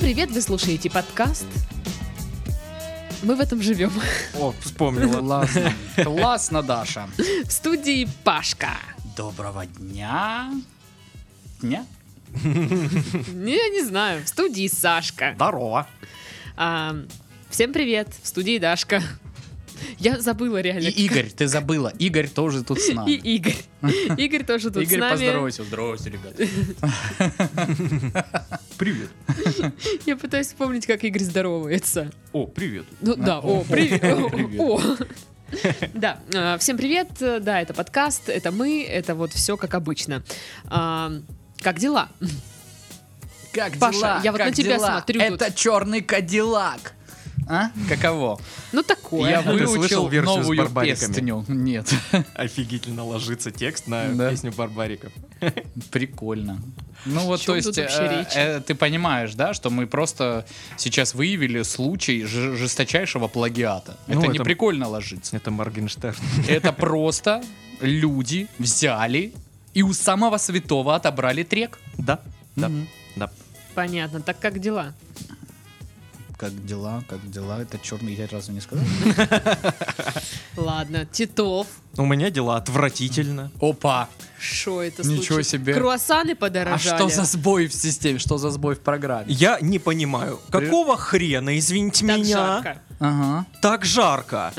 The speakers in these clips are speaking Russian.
привет! Вы слушаете подкаст. Мы в этом живем. О, вспомнила. Классно. Классно, Даша. В студии Пашка. Доброго дня. Дня? Не, Я не знаю. В студии Сашка. Здорово. А, всем привет! В студии Дашка. Я забыла реально. И Игорь, ты забыла. Игорь тоже тут с И нами. Игорь. Игорь тоже тут с Игорь, нами. поздоровайся. Здравствуйте, ребята. Привет. Я пытаюсь вспомнить, как Игорь здоровается. О, привет. Ну да, о, привет. Привет. О. Да, э, всем привет. Э, Да, это подкаст, это мы, это вот все как обычно. А, Как дела? Как Паша, дела? я вот Как на тебя дела? смотрю тут. Это черный кадиллак. А? Каково? Ну такое. Я а Ты слышал выучил версию с новую барбариками? песню. Нет. Офигительно ложится текст на Да. песню Барбариков. Прикольно. Ну вот, то чем тут есть, э, вообще речь? э, ты понимаешь, да, что мы просто сейчас выявили случай ж- жесточайшего плагиата. Ну, это не это- прикольно ложится. Это Моргенштерн. Это просто люди взяли и у самого святого отобрали трек. Да, да, Мгм. да. Понятно, так как дела? Как дела, как дела? Это черный, я разве не сказал? Ладно, Титов. У меня дела отвратительно. Опа! Что это Ничего случилось? себе. Круассаны А подорожали. что за сбой в системе? Что за сбой в программе? Я не понимаю, какого хрена, извините Так меня, жарко. Ага. так жарко?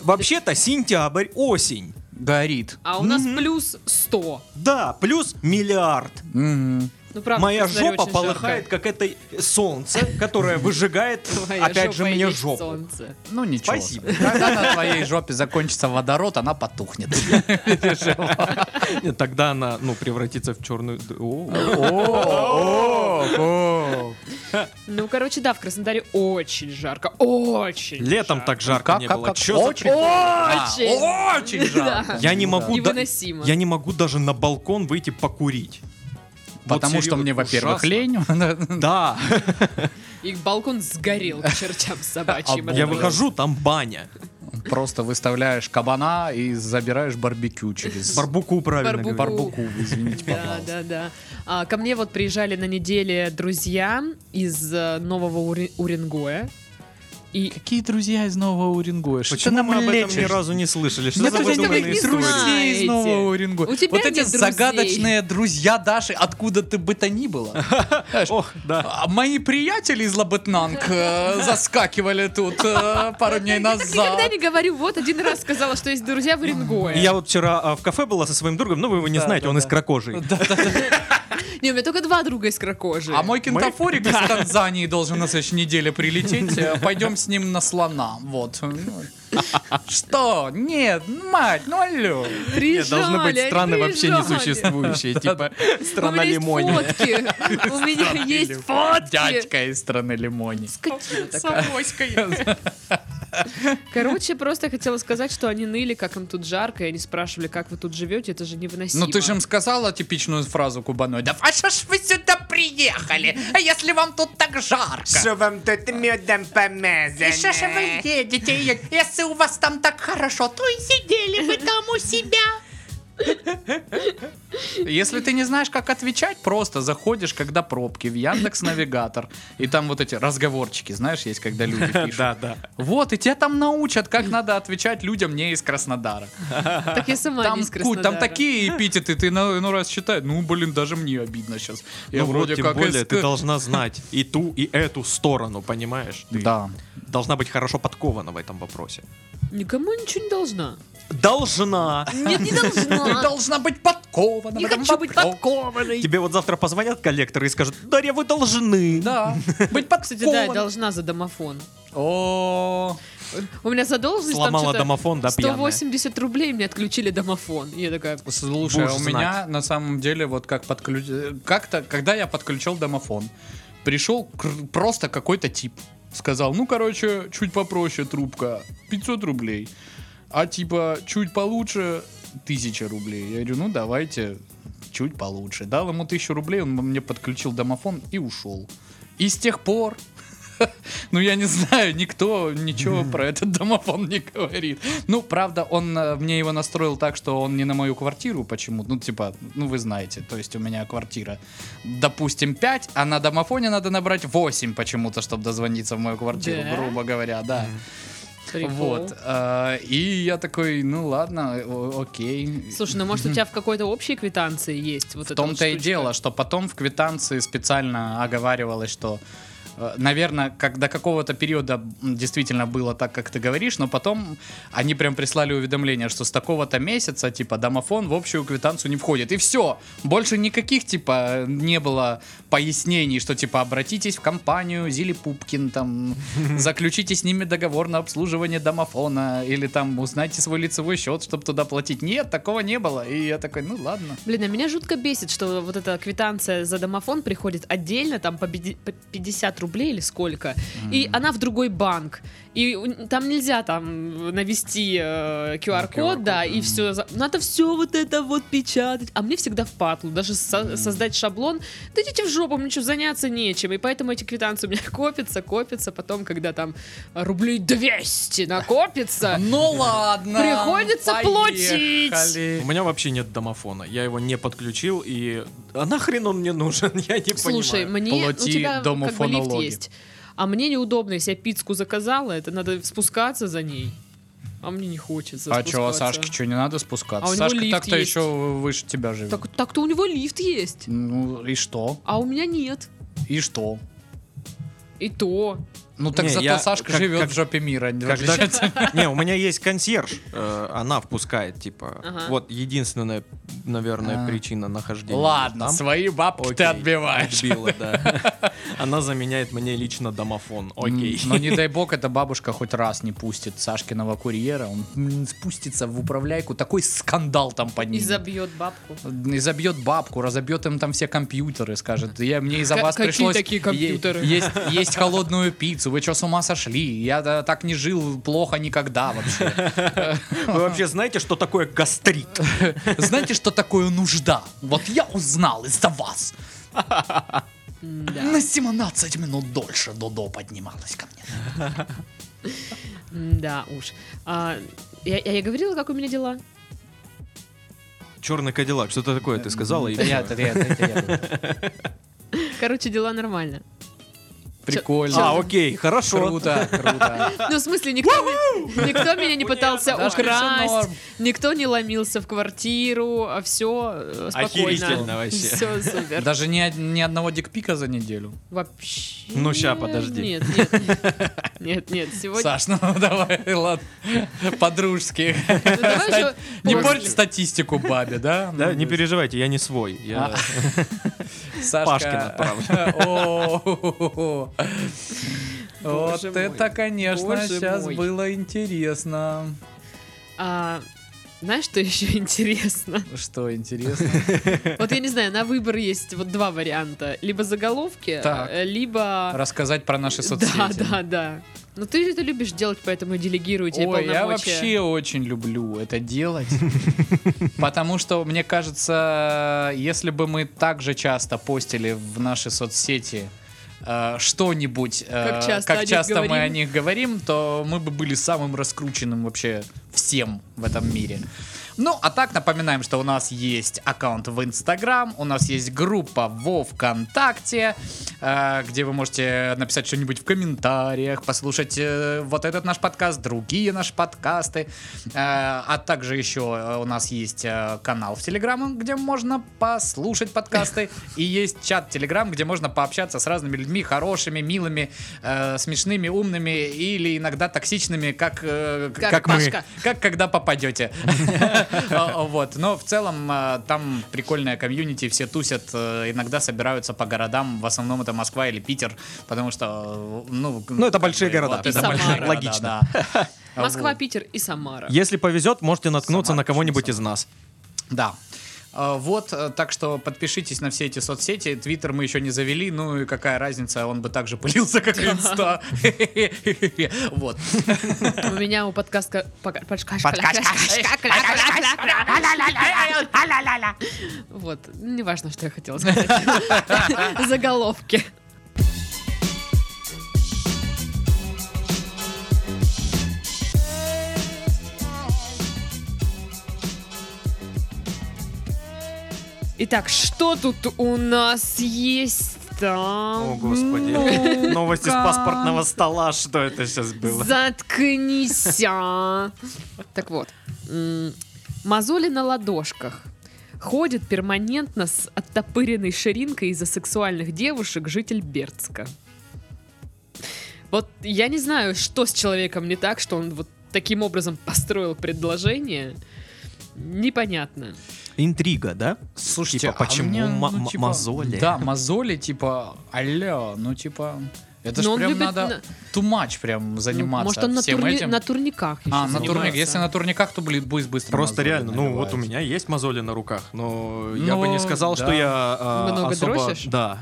Вообще-то сентябрь, осень. Горит. А у нас плюс 100. Да, плюс миллиард. Мгм. Ну, правда, Моя в Краснодаре жопа очень жарко. полыхает, как это солнце, которое выжигает, Твоя опять же, жопа и мне есть жопу. солнце. Ну ничего. Спасибо. Когда на твоей жопе закончится водород, она потухнет. Нет, Тогда она, ну, превратится в черную... д- о. Ну, короче, да, в Краснодаре очень жарко. Очень Летом жарко. так жарко не было. Чё за Очень. прикол? Очень. А, Очень Да. жарко. Я не могу... да- Невыносимо. Я не могу даже на балкон выйти покурить. Вот Потому что серьёзно, мне, во-первых, ужасно. лень. Да, И балкон сгорел к чертям собачьим. Обалдеть. Это А я было- выхожу, там баня. Просто выставляешь кабана и забираешь барбекю через Барбуку правильно Барбуку. говорю. барбуку. Извините, Да, пожалуйста. да, да. А, ко мне вот приезжали на неделе друзья из э, Нового Ури- Уренгоя. И Какие друзья из Нового Уренгоя? Что Почему ты нам мы об этом лечишь? ни разу не слышали? Что Нет, за у тебя просто выдуманные никаких никаких истории? друзей. друзей из знаете. Нового Уренгоя. У тебя вот эти нет друзей. загадочные друзья Даши, откуда ты бы то ни было. Знаешь, Ох, да. а Мои приятели из Лабытнанг э, заскакивали тут э, пару дней никогда назад. не говорю, вот один раз сказала, что есть друзья в Уренгое. Я вот вчера а, в кафе была со своим другом, но вы его не Да, знаете, да, он да. из Кракожей. Не, у меня только два друга из Кракожи. А мой кентафорик из Танзании должен на следующей неделе прилететь. Э, Пойдем с ним на слона. Вот. Ну, Что? Нет, мать, ну алло. Нет, должны быть Приезжали, страны вообще не приезжали. существующие, типа страна У меня лимони. есть фотки. У меня есть фотки. Дядька из страны лимони. Скотина такая. Короче, просто я хотела сказать, что они ныли, как им тут жарко, и они спрашивали, как вы тут живете, это же невыносимо. Ну ты же им сказала типичную фразу кубаной. Да а что ж вы сюда приехали? А если вам тут так жарко? Що вам тут медом помазано? И что же вы едете? Если у вас там так хорошо, то и сидели бы там у себя. Если ты не знаешь, как отвечать, просто заходишь, когда пробки, в Яндекс Навигатор. И там вот эти разговорчики, знаешь, есть, когда люди пишут. Да, да. Вот, и тебя там научат, как надо отвечать людям не из краснодара. Так я сама Там, не из ку- там Краснодара. такие эпитеты, ты на- ну раз считай, ну блин, даже мне обидно сейчас. Я Ну вот, вроде тем как более, из- ты должна знать и ту, и эту сторону, понимаешь? Ты Да. должна быть хорошо подкована в этом вопросе. Никому ничего не должна. Должна! Нет, не Ну, а Ты должна. должна быть подкована. Не в этом хочу быть вопросе. подкованной. Тебе вот завтра позвонят коллекторы и скажут, Дарья, вы должны. Да. Быть подкован. Кстати, да, я должна за домофон. О, У меня задолженность там Сломала что-то домофон, да, пьяная. 180 рублей мне отключили домофон. Я такая, слушай, Будешь у знать. меня на самом деле вот как подключ... Как-то, когда я подключил домофон, пришел кр- просто какой-то тип. Сказал, ну, короче, чуть попроще трубка, 500 рублей. А типа, чуть получше, 1000 рублей. Я говорю, ну, давайте чуть получше. Дал ему 1000 рублей, он мне подключил домофон и ушел. И с тех пор Ну, я не знаю, никто ничего про этот домофон не говорит. Ну, правда, он э, мне его настроил так, что он не на мою квартиру почему-то. Ну, типа, ну, вы знаете, то есть у меня квартира, допустим, 5, а на домофоне надо набрать 8 почему-то, чтобы дозвониться в мою квартиру, Да? грубо говоря, да. Прикол. Вот. э, И я такой, ну, ладно, о- окей. Слушай, ну может у тебя в какой-то общей квитанции есть вот В эта вот том-то и штучка? дело, что потом в квитанции специально оговаривалось, что, э, наверное, как до какого-то периода м, действительно было так, как ты говоришь, но потом они прям прислали уведомление, что с такого-то месяца, типа, домофон в общую квитанцию не входит. И все. Больше никаких, типа, не было пояснений, что, типа, обратитесь в компанию Зили Пупкин, там, заключите с ними договор на обслуживание домофона, или там узнайте свой лицевой счет, чтобы туда платить. Нет, такого не было. И я такой, ну ладно. Блин, а меня жутко бесит, что вот эта квитанция за домофон приходит отдельно, там по пяти- по 50 рублей или сколько, и она в другой банк. И у- там нельзя там навести Ну, э, QR-код, QR-код, да, и все. Надо все вот это вот печатать. А мне всегда в патлу. Даже со- создать шаблон. Да идите в жопу, мне что, заняться нечем. И поэтому эти квитанции у меня копятся, копятся. Потом, когда там рублей 200 накопится, Ну ладно. Приходится поехали. У меня вообще нет домофона. Я его не подключил, и... А нахрен он мне нужен? Я не Слушай, понимаю. мне ну, у Плати тебя дому как бы лифт фонологи. есть. А мне неудобно, если я пиццу заказала, это надо спускаться за ней. А мне не хочется. А чё, а спускаться. Сашке что, не надо спускаться? А у него Сашка лифт так-то есть. еще выше тебя живет. Так, так-то у него лифт есть, Ну и что? а у меня нет. И что? И то. Ну так Не, зато я- Сашка как- живет как- в жопе мира. не в Когда- отличие от- Не, у меня есть консьерж. э, Она впускает, типа. Ага. Вот единственная, наверное, А. причина нахождения. Ладно, там. свои бабки ты Окей, отбиваешь. отбила, да. Она заменяет мне лично домофон. Окей. М, ну. Но не дай бог, эта бабушка хоть раз не пустит Сашкиного курьера. Он м, спустится в управляйку. Такой скандал там И поднимет. забьет бабку. и забьет бабку, разобьет им там все компьютеры, скажет. Я, мне из-за Ка- вас какие пришлось... такие компьютеры? е- есть, есть холодную пиццу, вы что, с ума сошли? Я да, так не жил плохо никогда вообще. Вы вообще знаете, что такое гастрит? Знаете, что такое нужда? Вот я узнал из-за вас. На 17 минут дольше Додо поднималась ко мне. Да уж. А, я, я- я говорила, как у меня дела? Черный кадиллак, что-то такое ты сказала? и Ну, Это я, всё. это я, это я был. Короче, дела нормально. А, Прикольно. окей, хорошо. Круто, круто. Ну, в смысле, никто, ми- никто меня не пытался Дашка, всё украсть, норм. никто не ломился в квартиру, все спокойно. Охерительно вообще. Все супер. Даже ни, од- ни одного дикпика за неделю. Вообще. Ну, ща, подожди. Нет, нет, нет. нет, нет, сегодня. Саш, ну давай, ладно, по-дружски. Ну, давай еще Не после. порть статистику бабе, да? Да, не переживайте, я не свой. Я... А. Сашка. Пашкин О-о-о. Вот Боже мой. это, конечно, Боже сейчас мой. было интересно. А, знаешь, что еще интересно? Что интересно? Вот я не знаю, на выбор есть вот два варианта. Либо заголовки, Так. э, либо... Рассказать про наши Да, соцсети. да, да. Но ты же это любишь делать, поэтому типа, и делегирую тебе Ой, я полномочия. вообще очень люблю это делать. Потому что, мне кажется, если бы мы так же часто постили в наши соцсети э, что-нибудь, э, Как часто о них часто мы о говорим. них говорим, то мы бы были самым раскрученным вообще всем в этом мире. Ну, а так напоминаем, что у нас есть аккаунт в Инстаграм, у нас есть группа во ВКонтакте, э, где вы можете написать что-нибудь в комментариях, послушать э, вот этот наш подкаст, другие наши подкасты. Э, А также еще э, у нас есть э, канал в Телеграм, где можно послушать подкасты. И есть чат Телеграм, где можно пообщаться с разными людьми, хорошими, милыми, э, смешными, умными или иногда токсичными, как, э, Как Пашка. как когда попадете. А, Вот. Но в целом а, там прикольная комьюнити, все тусят, э, иногда собираются по городам, в основном это Москва или Питер, потому что, э, ну... Ну, это как большие бы, города. вот, И это Самара. большие города, Логично. да. Москва, Вот. Питер и Самара. Если повезет, можете наткнуться Самара, на кого-нибудь из нас. Да. А, Вот, э, так что подпишитесь на все эти соцсети. Твиттер мы еще не завели, ну и какая разница, он бы так же пылился, как и инста. Вот. У меня у подкастка... пока- подка- Вот, не важно, что я хотела сказать. Заголовки. Итак, что тут у нас есть там? О, господи. Ну-ка. Новости с паспортного стола, что это сейчас было? Заткнись. а. Так вот. м, Мозоли на ладошках. Ходит перманентно с оттопыренной ширинкой из-за сексуальных девушек житель Бердска. Вот я не знаю, что с человеком не так, что он вот таким образом построил предложение. Непонятно. Интрига, да? Слушайте, а мне, ну, типа, мозоли? Да, мозоли, типа, алло, ну, типа... Но Это ж Ну, он прям любит Ну, надо тумач прям заниматься Может, он на, всем турни- этим. на турниках еще А, на турник. занимается. Если на турниках, то, блин, будет быстро. Просто мозоли реально, ну вот набиваются. у меня есть мозоли на руках, но я Ну, бы не сказал, да. что я а, Много особо... дрочишь? Да.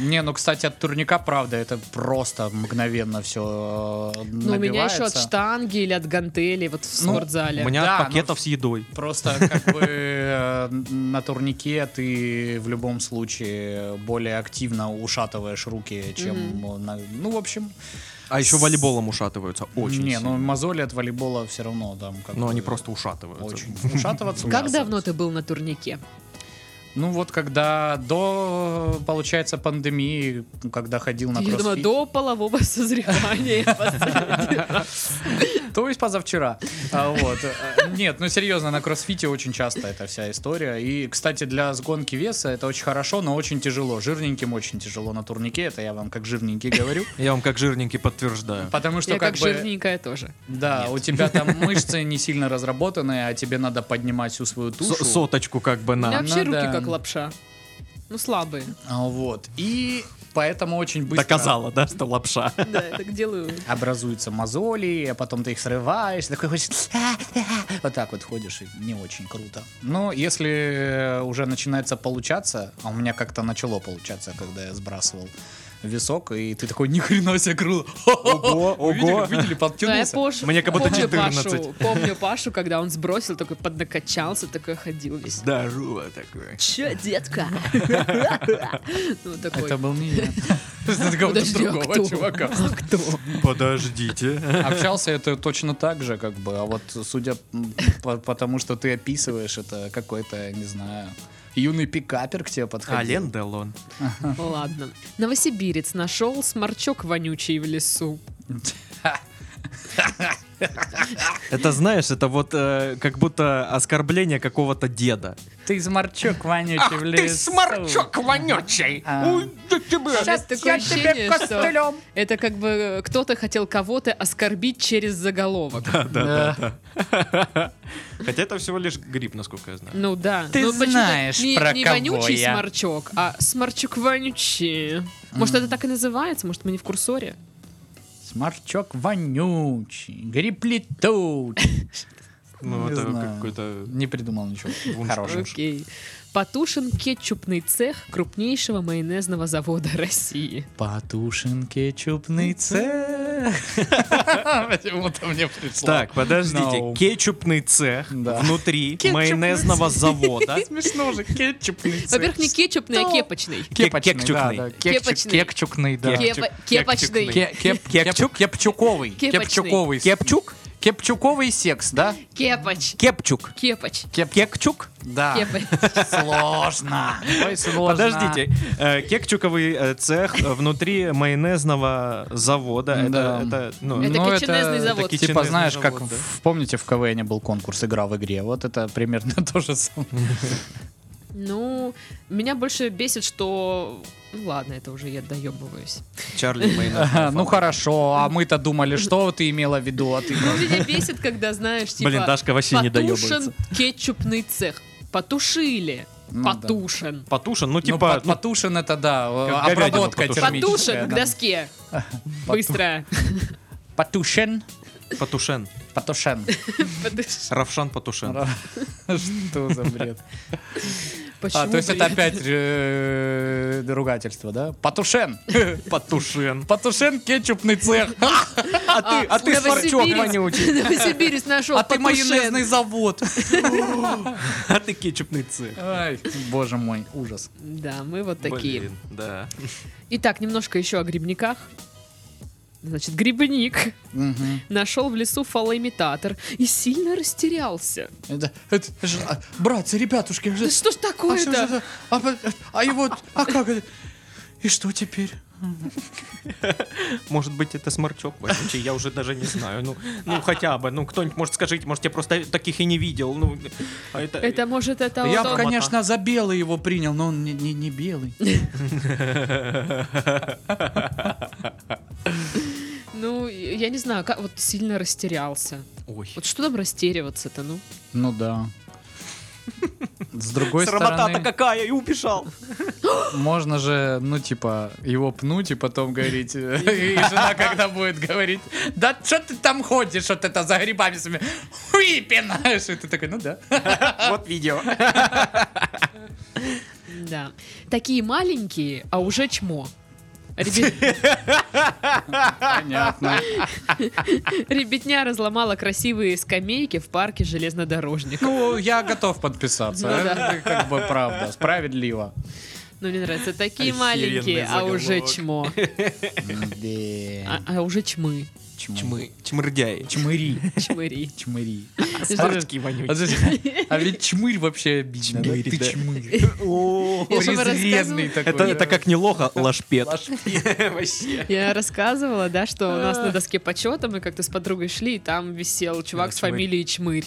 Не, ну, кстати, от турника, правда, это просто мгновенно э, все Ну, у меня еще от штанги или от гантели вот в Ну, спортзале. У меня Да, ну, от пакетов с едой. Просто как бы э, на турнике ты в любом случае более активно ушатываешь руки, чем на- ну в общем. А еще волейболом ушатываются очень не, сильно. ну мозоли от волейбола все равно там как. Но бы они просто ушатываются. очень ушатываться. Как давно ты был на турнике? Ну вот когда до получается пандемии, когда ходил на Я думаю, кроссфит. до полового созревания. То есть позавчера. А, вот. А, Нет, ну серьезно, на кроссфите очень часто эта вся история. И, кстати, для сгонки веса это очень хорошо, но очень тяжело. Жирненьким очень тяжело на турнике, это я вам как жирненький говорю. Я вам как жирненький подтверждаю. Потому что Я как, как бы... жирненькая тоже. Да, у тебя там мышцы не сильно разработанные, а тебе надо поднимать всю свою Со- тушу. соточку как бы У меня на. вообще ну руки да. как лапша. Ну, слабые. А, Вот. И поэтому очень быстро... Доказала, да, что лапша. Да, я так делаю. Образуются мозоли, а потом ты их срываешь, такой хочешь... «А, Вот так вот ходишь, и не очень круто. Но если э, уже начинается получаться, а у меня как-то начало получаться, когда я сбрасывал весок, и ты такой, ни хрена себе круто. Ого, Вы видели, ого. как видели, Да, а я подтянулся. пош- Мне как будто помню 14. Пашу- Помню Пашу, когда он сбросил, такой поднакачался, такой ходил весь. Здорово такое. Че, детка? Ну, такой. Это был не я. Это какого-то Подожди, а другого кто? чувака. А кто? Подождите. Общался это точно так же, как бы. А вот судя м, по, по тому, что ты описываешь, это какой-то, я не знаю, юный пикапер к тебе подходил. Ален Делон. Ну, Ладно. Новосибирец нашел сморчок вонючий в лесу. Это знаешь, это вот э, как будто оскорбление какого-то деда. Ты сморчок вонючий в Ты сморчок вонючий! А. Уйду тебе! Сейчас такое я тебе ощущение, что- костылем! Это как бы кто-то хотел кого-то оскорбить через заголовок. Хотя это всего лишь грипп, насколько я знаю. Ну да. Ты Ну, почему-то знаешь, не, про не кого вонючий я. сморчок, а сморчок вонючий. Может, это так и называется? Может, мы не в курсоре? Сморчок вонючий, гриб летучий. Ну, Не это знаю. какой-то... Не придумал ничего Вуншпунш. хорошего. Окей. Потушен кетчупный цех крупнейшего майонезного завода России. Потушен кетчупный цех. Почему-то мне пришло. Так, подождите. No. Кетчупный цех Да. внутри майонезного завода. Смешно же, кетчупный цех. Ну, Во-первых, не кетчупный, а Что? кепочный. Э, Кепочный, Кепчукный. да, да, кепчук- Кепочный. Кепчукный, да. Кепо- Кепочный. Ке- кеп- Кепчук? кеп- Кепчуковый. Кепочный. Кепчуковый. Кепчук? Кепчуковый секс, да? Кепоч. Кепчук. Кепоч. Кекчук? Да. Кепоч. Сложно. Ой, сложно. Подождите, э, кекчуковый э, цех э, внутри майонезного завода. Да. Это, это, ну, Это Ну, кетченезный это завод. кетченезный Типа, знаешь, завод, как да. в- помните, в КВН был конкурс «Игра в игре». Вот это примерно то же самое. Ну, меня больше бесит, что... Ну ладно, это уже я доебываюсь. Чарли Майонез. Ага, Ну хорошо, а мы-то думали, что ты имела в виду, а ты... Ну, меня бесит, когда, знаешь, типа... Блин, Дашка вообще не Потушен доебывается. кетчупный цех. Потушили. Ну да. Потушен. Потушен, ну Ну, типа... пот- ну, потушен это, да, а Как обработка говядину Потушен термическая. к да. доске. Быстро. Потушен. ну, Потушен. Потушен. Подуш- Равшан Потушен. Что за бред? Почему, А, то есть блин? это опять э, ругательство, да? Потушен. Потушен. Потушен кетчупный цех. А ты, а ты Новосибирец- сморчок вонючий. Новосибирец нашел А ты потушен. майонезный завод. А ты кетчупный цех. Ай, боже мой, ужас. Да, мы вот такие. Блин, да. Итак, немножко еще о грибниках. Значит, грибник Мгм. нашел в лесу фалоимитатор и сильно растерялся. Это- это ж- а, братцы, ребятушки, Да ж- что ж а, что такое-то? же- а, по- а его, а как это? И что теперь? Может быть, это сморчок вонючий, я уже даже не знаю. Ну, ну хотя бы, ну, кто-нибудь, может, скажите, может, я просто таких и не видел. Ну, а это... Это может это Я А вот бы, он- конечно, за белый его принял, но он не, не- не белый. Ну, я не знаю, как вот сильно растерялся. Ой. Вот что там растериваться-то, ну? Ну да. С другой Срамота-то стороны, какая, и убежал. можно же, ну, типа, его пнуть и потом говорить. э, И жена когда будет говорить, да что ты там ходишь вот это за грибами своими? Хуи пинаешь. И ты такой, ну да. Вот видео. Да. Такие маленькие, а уже чмо. Ребят- Понятно. Ребятня разломала красивые скамейки в парке железнодорожник. Ну, я готов подписаться. Ну да. Это как бы правда, справедливо. Ну, мне нравится. Такие Охеренный маленькие, а уже заголовок. чмо. Да. А а уже чмы. Чмы. Чмырдяи. Чмыри. Чмыри. Чмыри. Сморчки А вонючие. зачем- а ведь чмырь вообще обидно. да? Чмырь, Ты да. чмырь. О, Я же вам Презренный рассказывала. такой. Это, да. это как не а лоха, лашпет. Вообще. Я рассказывала, да, что у нас на доске почета мы как-то с подругой шли, и там висел чувак с Чмырь. фамилией Чмырь.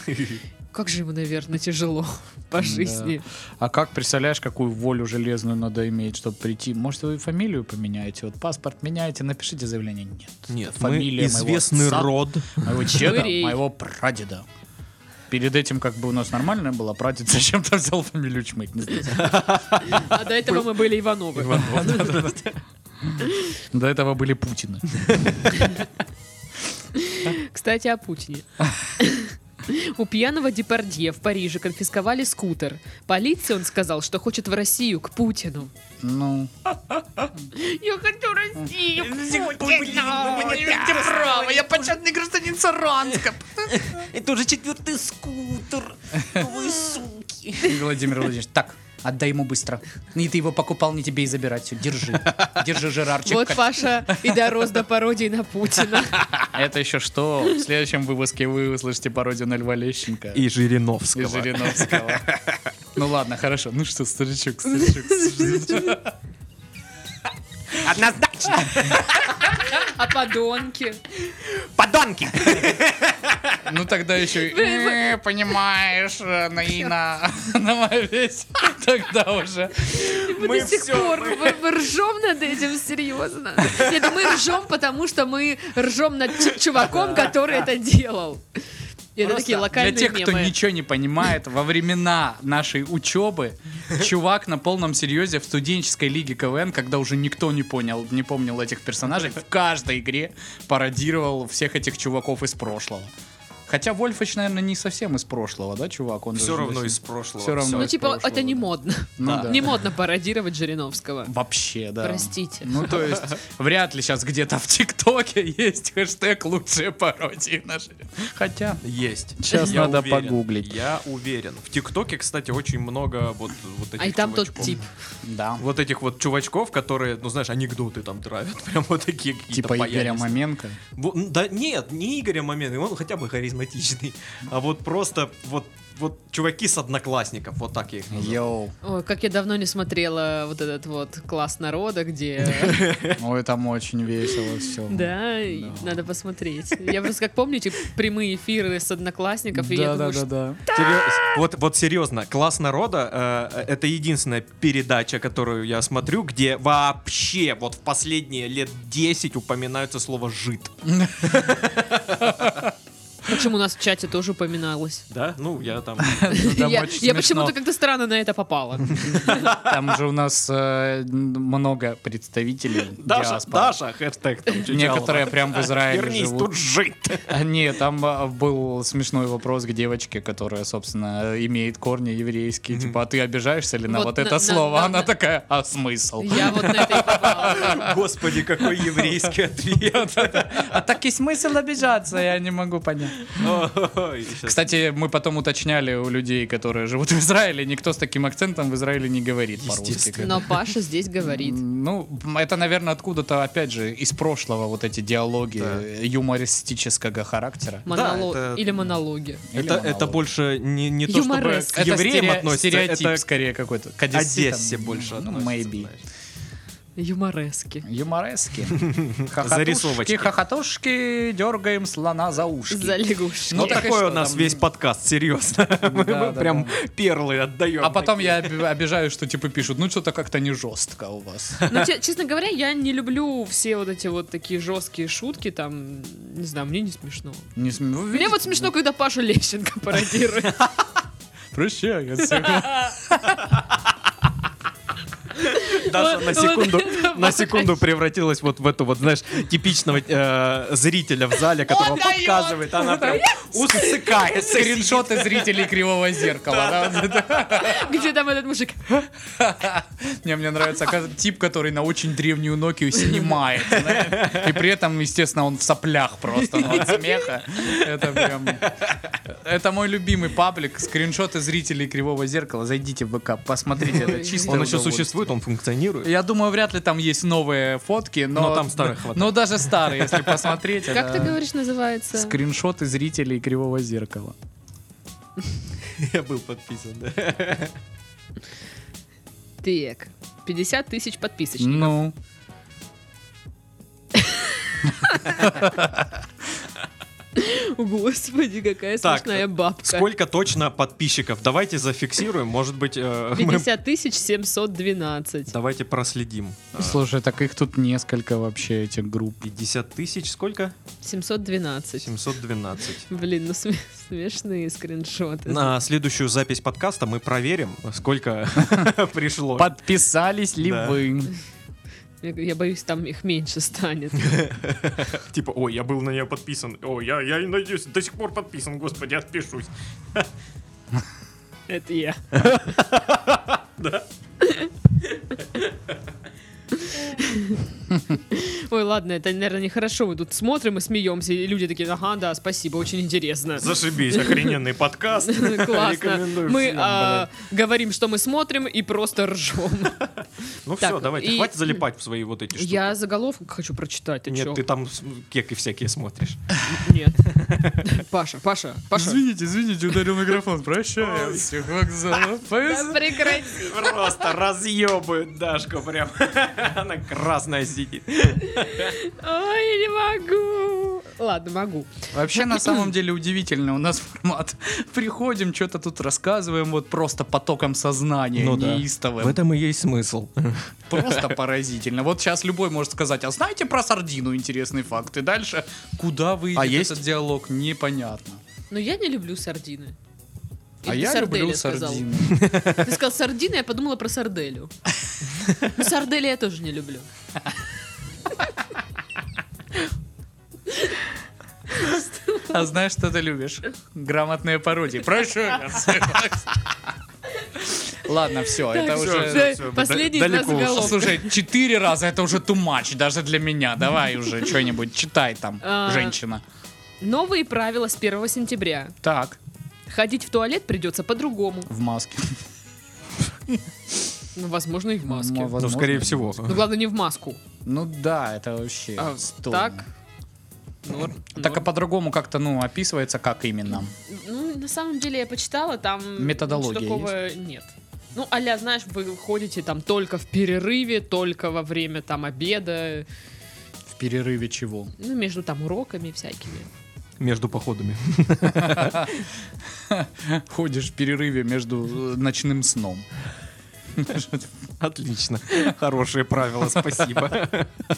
Как же ему, наверное, тяжело по жизни. А как представляешь, какую волю железную надо иметь, чтобы прийти? Может, вы фамилию поменяете, вот паспорт меняете, напишите заявление. Нет. Нет, Фамилия мы моего известный отца. род. Моего деда, Чмырей. моего прадеда. Перед этим как бы у нас нормально было, прадед зачем-то взял фамилию Чмырь. не знаю. А до этого мы были Ивановы. До этого были Путины. Кстати, о Путине. У пьяного Депардье в Париже конфисковали скутер. Полиции он сказал, что хочет в Россию к Путину. Ну, Я хочу Россию к Путину! Имейте право, я почетный гражданин Саранска. Это уже четвертый скутер. Вы суки. Владимир Владимирович, так, отдай ему быстро. Не ты его покупал, не тебе и забирать. Все, держи. Держи, Жерарчик. Вот Паша и дорос до пародии на Путина. Это еще что? В следующем выпуске вы услышите пародию на Льва Лещенко. И И Жириновского. Жириновского. Ну ладно, хорошо. Ну что, старичок, старичок. Однозначно. А подонки. Подонки. Ну тогда еще и, «Э, понимаешь, э, Наина, на весь. Тогда уже. Мы до сих пор мы, мы ржем над этим серьезно. Нет, мы ржем, потому что мы ржем над ч- чуваком, который это делал. И Это такие Для локальные тех, кто мемы. ничего не понимает, во времена нашей учебы чувак на полном серьезе в студенческой лиге КВН, когда уже никто не понял, не помнил этих персонажей, в каждой игре пародировал всех этих чуваков из прошлого. Хотя Вольфович, наверное, не совсем из прошлого, да, чувак? Он Все же равно не- из прошлого. Всё равно. Ну, Ой, типа, прошлого, это не да. модно. Ну да. Не модно пародировать Жириновского. Вообще, да. Простите. Ну, то есть, вряд ли сейчас где-то в ТикТоке есть хэштег «Лучшие пародии наши». Хотя... Есть. Сейчас Я надо уверен. погуглить. Я уверен. В ТикТоке, кстати, очень много вот, вот этих А и там тот чувачков. тип. Да. Вот этих вот чувачков, которые, ну знаешь, анекдоты там травят. Прям вот такие какие-то Типа Игоря паяльные. Маменко. Во- ну, Да нет, не Игоря Мамен, он хотя бы харизматичный. А вот просто вот вот чуваки с одноклассников, вот так я их Ну назову. Йоу. Ой, как я давно не смотрела вот этот вот класс народа, где... Ой, Ну, там очень весело все. Да, и надо посмотреть. Я просто, как помните, прямые эфиры с одноклассников, и я Да, да, думаю, да, что... да. Серьез- Вот, вот серьезно, класс народа э, это единственная передача, которую я смотрю, где вообще вот в последние лет 10 упоминается слово жид. Причем у нас в чате тоже упоминалось. Да? Ну, я там. Там Я, очень я смешно. почему-то как-то странно на это попала. Там же у нас э, много представителей Даша, диаспоры. Даша, хэштег там чучало. Некоторые прям в Израиле Вернись, живут. тут жид. А, Не, там а, был смешной вопрос к девочке, которая, собственно, имеет корни еврейские. Типа, а ты обижаешься ли на Вот вот, на- это на- слово? на- Она на- такая, а смысл? Я вот на это и попала. Господи, какой еврейский ответ. А так и смысл обижаться, я не могу понять. Ой, щас. Кстати, мы потом уточняли у людей, которые живут в Израиле, никто с таким акцентом в Израиле не говорит по-русски. Естественно. Но Паша здесь говорит. Ну, м, это, наверное, откуда-то, опять же, из прошлого вот эти диалоги Да. э, юмористического характера. Монолог. это- Или монологи. Или Это, это монологи. больше не, не то, чтобы Юмореск. к евреям стере- относится, стереотип это к скорее какой-то. К Одессе, там, Одессе больше ну, относится. maybe. знаешь. Юморески. Юморески. Хохотушки, Зарисовочки. хохотушки, дергаем слона за ушки. За лягушки. Ну, Ну, так и такой что у нас там? весь подкаст, серьезно. Мы Да, да, мы прям да. перлы отдаем. А потом я оби- обижаюсь, что типа пишут, ну что-то как-то не жестко у вас. Ну, че- честно говоря, я не люблю все вот эти вот такие жесткие шутки, там, не знаю, мне не смешно. Не см- вы Мне видите? вот смешно, когда Пашу Лещенко пародирует. Прощай, я всех- Даша Вот- на секунду, вот это на секунду превратилась вот в эту вот, знаешь, типичного э, зрителя в зале, которого дает! подсказывает. Она прям усыкает. Скриншоты зрителей Кривого Зеркала. да, вот это. Где там этот мужик? Не, мне нравится оказывается, тип, который на очень древнюю Nokia снимает. знаешь. И при этом, естественно, он в соплях просто ну, от смеха. Это прям... Это мой любимый паблик. Скриншоты зрителей Кривого Зеркала. Зайдите в ВК, посмотрите. Это Ой. чисто Он еще существует, он функционирует. Я думаю, вряд ли там есть новые фотки, но... Но там старых хватает. Но даже старые, если посмотреть. Как это ты говоришь, называется? Скриншоты зрителей Кривого Зеркала. Я был подписан, да. Так. 50 тысяч подписочников. Ну. О, Господи, какая Так, смешная бабка. Сколько точно подписчиков? Давайте зафиксируем, может быть, э, мы 50 тысяч 712. давайте проследим. Слушай, так их тут несколько вообще, этих групп. 50 тысяч сколько? 712. 712. Блин, ну сме- смешные скриншоты. На следующую запись подкаста мы проверим, сколько пришло. Подписались ли Да. вы? Я, я боюсь, там их меньше станет. Типа, ой, я был на нее подписан. Ой, я, я надеюсь, до сих пор подписан, господи, отпишусь. Это я. Ой, ладно, это, наверное, нехорошо. Мы тут смотрим и смеемся, и люди такие, ага, да, спасибо, очень интересно. Зашибись, охрененный подкаст. Классно. Рекомендую Мы всем, а, говорим, что мы смотрим, и просто ржем. блядь. Ну так, все, давайте, и- хватит залипать в свои вот эти штуки. Я заголовок хочу прочитать. Ты чё? Нет, ты там с- кеки всякие смотришь. Нет. Паша, Паша, Паша. Извините, извините, ударил микрофон. Прощаю. Всех вокзала. Да прекрати. Просто разъебывает Дашку прям. Она красная сидит. Ой, я не могу. Ладно, могу. Вообще, на самом деле, удивительно у нас формат. Приходим, что-то тут рассказываем, вот просто потоком сознания, неистовым. Ну этом и есть смысл. Просто поразительно. Вот сейчас любой может сказать, а знаете про сардину интересный факт? И дальше, куда выйдет А есть? этот диалог, непонятно. Но я не люблю сардины. Или а ты я сардели люблю сказал? сардину. Ты сказал сардины, я подумала про сарделю. Ну, сардели я тоже не люблю. А знаешь, что ты любишь? Грамотные пародии. Прошу. вас. Ладно, все, это Так, уже... да, всё, мы Последний да- из нас далеко Ну, ушли. заголовок. Слушай, четыре раза это уже too much, даже для меня. Давай уже что-нибудь читай там, А. женщина. Новые правила с 1 сентября. Так, Ходить в туалет придется по-другому. в маске. Ну, возможно, и в маске. Ну, Ну, Ну, возможно, скорее да. всего. главное, не в маску. Ну да, это вообще А, стойно. так? Норм, Так а норм. по-другому как-то, ну, описывается, как именно. Ну, на самом деле, я почитала, там... Методология ничего такого нет. Ну, а знаешь, вы ходите там только в перерыве, только во время там обеда, В перерыве чего? ну, между там уроками всякими. Между походами. Э, Ходишь в перерыве между э, ночным сном. Отлично. Хорошие правила, спасибо.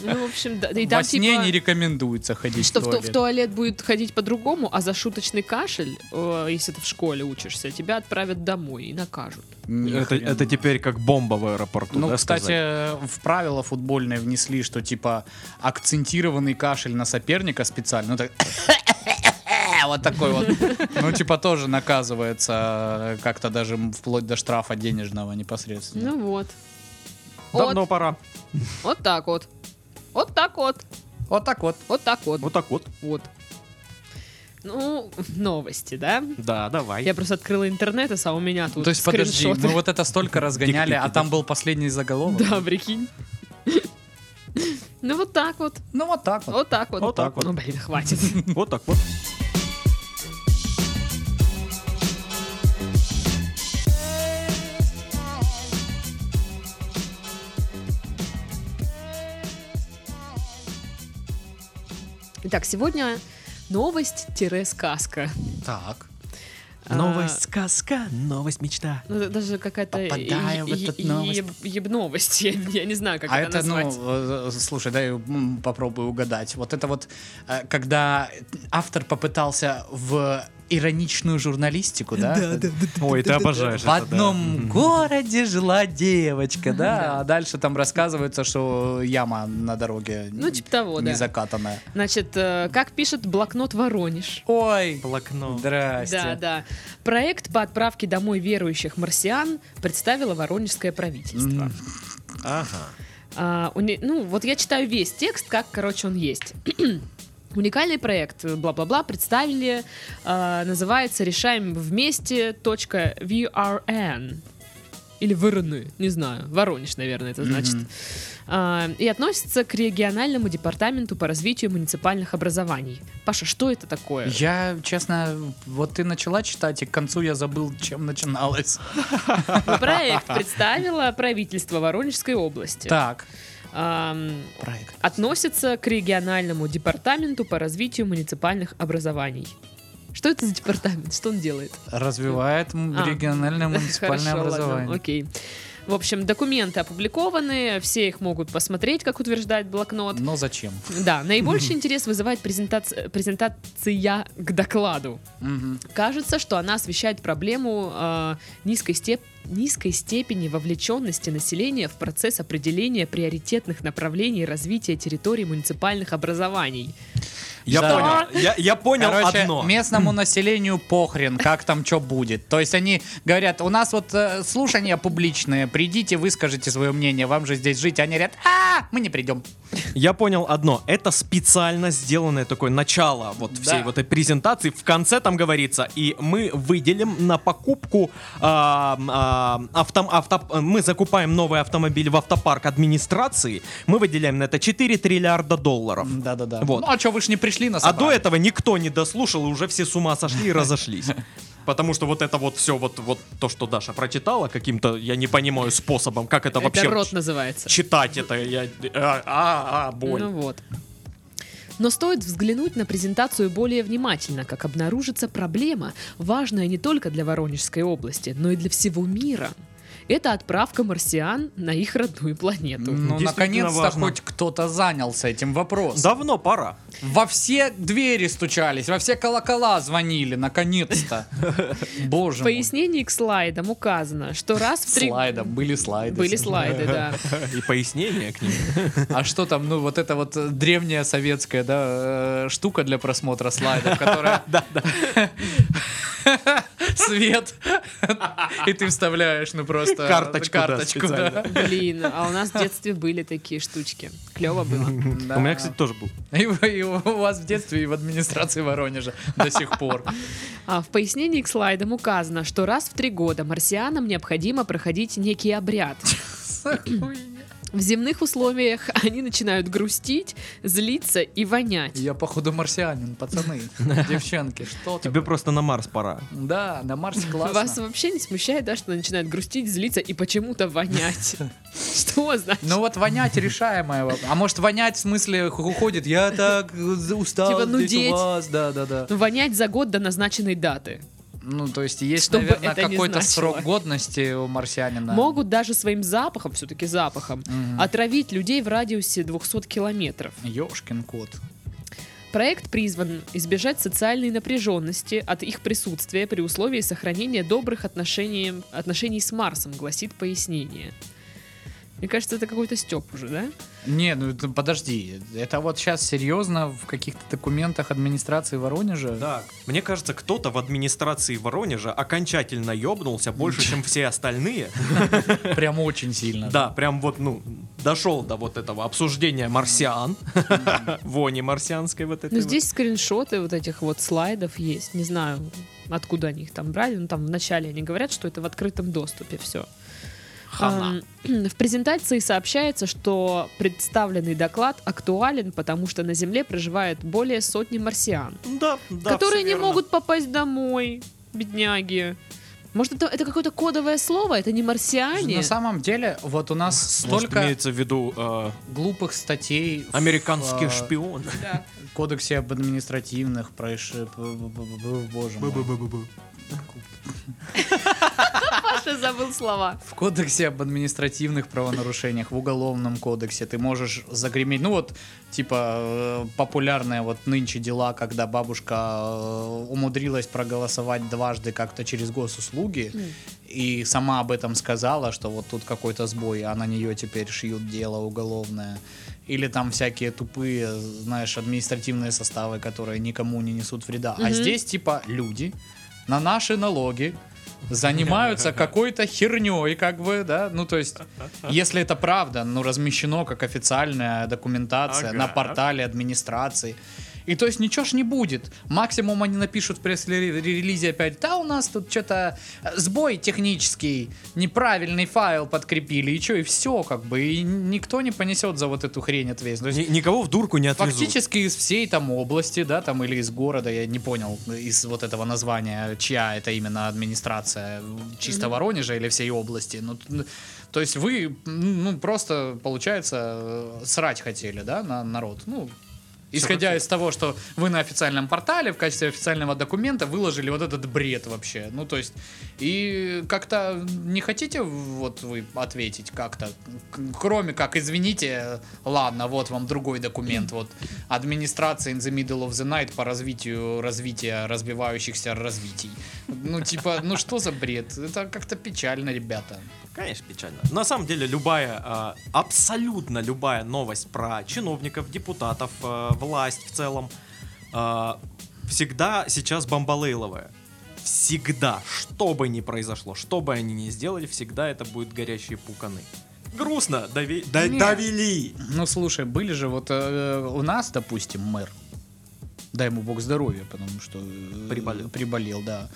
Ну, в общем, да. И Во там, сне типа, не рекомендуется ходить что в в, ту- туалет. в туалет будет ходить по-другому, а за шуточный кашель, э, если ты в школе учишься, тебя отправят домой и накажут. Ни Это, хрена. это теперь как бомба в аэропорту, Ну, да, кстати, сказать? в правила футбольные внесли, что типа акцентированный кашель на соперника специально, ну так вот такой вот, ну типа тоже наказывается э, как-то даже м, вплоть до штрафа денежного непосредственно. Ну вот. Давно Вот, пора. вот так вот. Вот так вот. Вот так вот. Вот так вот. Вот так вот. Вот. Ну, новости, да? Да, давай. Я просто открыла интернет, и а у меня тут То есть, подожди, скриншоты. мы вот это столько разгоняли, а Дик-дик-дик. там был последний заголовок. Да, прикинь. Ну вот так вот, Ну вот так вот. вот так вот. Вот так вот. Ну, блин, хватит. Вот так вот. Итак, сегодня новость-сказка. Так. А, сказка, новость мечта. ну, да- даже какая-то Попадаю в е- этот е- новость. еб- еб-новость. Я, я не знаю, как а это, это, назвать. ну, э, слушай, дай м, попробую угадать. Вот это вот, э, когда автор попытался в ироничную журналистику, да? Ой, ты обожаешь В одном городе жила девочка, да? А дальше там рассказывается, что яма на дороге Ну, типа того, не да. закатанная. Значит, э, как пишет блокнот Воронеж. Ой, Блокнот. здрасте. Да, да. Проект по отправке домой верующих марсиан представило воронежское правительство. Ага. А, уни- Ну, вот я читаю весь текст, как, короче, он есть. Уникальный проект, э, бла-бла-бла, представили, а, называется «Решаем вместе. точка VRN». Или ВРН, не знаю, Воронеж, наверное, это значит. А, и относится к региональному департаменту по развитию муниципальных образований. Паша, что это такое? Я, честно, вот ты начала читать, и к концу я забыл, чем начиналось. Ну, Проект представило правительство Воронежской области. Так, Ам, проект. относится к региональному департаменту по развитию муниципальных образований. Что это за департамент? Что он делает? Развивает м, А. региональное муниципальное Хорошо, ладно, образование. окей. В общем, документы опубликованы, все их могут посмотреть, как утверждает блокнот. Но зачем? Да, наибольший интерес вызывает презентация, презентация к докладу. Мгм. Кажется, что она освещает проблему э, низкой, степ- низкой степени вовлеченности населения в процесс определения приоритетных направлений развития территорий муниципальных образований. Я Да. понял. Я, я понял Короче, одно. местному населению похрен, как там что будет. То есть они говорят, у нас вот э, слушания публичные, придите, выскажите свое мнение, вам же здесь жить. Они говорят, а мы не придем. Я понял одно. Это специально сделанное такое начало вот всей вот этой презентации. В конце там говорится, и мы выделим на покупку а, а, автом- авто- мы закупаем новый автомобиль в автопарк администрации, мы выделяем на это 4 триллиарда долларов. Да-да-да. Вот. Ну а что, вы ж не пришли на А собрание? до этого никто не дослушал, и уже все с ума сошли и разошлись. Потому что вот это вот все, вот, вот то, что Даша прочитала каким-то, я не понимаю, способом, как это, вообще Это рот называется. читать это, я... А, а, а, боль. Ну вот. Но стоит взглянуть на презентацию более внимательно, как обнаружится проблема, важная не только для Воронежской области, но и для всего мира. Это отправка марсиан на их родную планету. Ну, Действительно наконец-то важно. хоть кто-то занялся этим вопросом. Давно пора. Во все двери стучались, во все колокола звонили, наконец-то. Боже В мой. пояснении к слайдам указано, что раз в три... Слайдом, были слайды. Были слайды, да. И пояснение к ним. А что там, ну вот эта вот э, древняя советская, да, э, штука для просмотра слайдов, которая... Свет. И ты вставляешь, ну просто... Карточку, да, Карточку, да. Блин, а у нас в детстве были такие штучки. Клево было. Да. У меня, кстати, тоже был. И вы- и у вас в детстве, и в администрации Воронежа до сих пор. А в пояснении к слайдам указано, что раз в три года марсианам необходимо проходить некий обряд. В земных условиях они начинают грустить, злиться и вонять. Я, походу, марсианин, пацаны, девчонки, что Тебе тебе? просто на Марс пора. Да, на Марсе Вас классно. вообще не смущает, да, что начинают грустить, злиться и почему-то вонять? Что значит? Ну вот вонять решаемое. воп- А может вонять в смысле ху- уходит? Я так э, устал Типа здесь нудеть. у вас, да, да, да. Ну, Вонять за год до назначенной даты. Ну, то есть есть, Что бы наверное, это ни какой-то значило. срок годности у марсианина. Могут даже своим запахом, все-таки запахом, отравить людей в радиусе 200 километров. Ёшкин кот. Проект призван избежать социальной напряженности от их присутствия при условии сохранения добрых отношений, отношений с Марсом, гласит пояснение. Мне кажется, это какой-то степ уже, да? Не, ну это- подожди, это вот сейчас серьезно в каких-то документах администрации Воронежа? Да. Мне кажется, кто-то в администрации Воронежа окончательно ёбнулся больше, чем все остальные. Прям очень сильно. Да, прям вот, ну, дошел до вот этого обсуждения марсиан, вони марсианской вот этой. Ну, вот. здесь скриншоты вот этих вот слайдов есть. Не знаю, откуда они их там брали. Ну, там вначале они говорят, что это в открытом доступе все. Хана. Ам, В презентации сообщается, что представленный доклад актуален, потому что на Земле проживает более сотни марсиан, Да, да, которые всё не верно. могут попасть домой, бедняги. Может, это, это какое-то кодовое слово? Это не марсиане? На самом деле, вот у нас Может, столько имеется в виду э, глупых статей в, американский э, шпион. Да. кодексе об административных происшествиях. Боже мой. Паша забыл слова. В кодексе об административных правонарушениях, в уголовном кодексе ты можешь загреметь. Ну вот, типа, э, популярные вот нынче дела, когда бабушка э, умудрилась проголосовать дважды как-то через госуслуги и сама об этом сказала, что вот тут какой-то сбой, а на нее теперь шьют дело уголовное. Или там всякие тупые, знаешь, административные составы, которые никому не несут вреда. А Мгм. здесь типа люди на наши налоги занимаются какой-то херней, как бы, да, ну то есть, если это правда, ну размещено как официальная документация Ага. на портале администрации. И то есть ничего ж не будет. Максимум они напишут в пресс-релизе опять, да, у нас тут что-то сбой технический, неправильный файл подкрепили, и что, и все, как бы, и никто не понесет за вот эту хрень ответственность. То есть Ни- Никого в дурку не отвезут. Фактически из всей там области, да, там или из города, я не понял, из вот этого названия, чья это именно администрация, чисто Воронежа или всей области. Ну, т- то есть вы, м, ну, просто, получается, э, срать хотели, да, на народ. Ну, исходя из того, что вы на официальном портале в качестве официального документа выложили вот этот бред вообще. Ну, то есть, и как-то не хотите вот вы ответить как-то, К- кроме как, извините, ладно, вот вам другой документ, вот администрация in the middle of the night по развитию развития разбивающихся развитий. Ну, типа, ну что за бред? Это как-то печально, ребята. Конечно, печально. На самом деле, любая, а, абсолютно любая новость про чиновников, депутатов, а, власть в целом, а, всегда сейчас бомбалейловая. Всегда, что бы ни произошло, что бы они ни сделали, всегда это будут горящие пуканы. Грустно, дови- до- Нет. довели. Ну, слушай, были же вот э, у нас, допустим, мэр. Дай ему бог здоровья, потому что... э, Приболел. Приболел, да.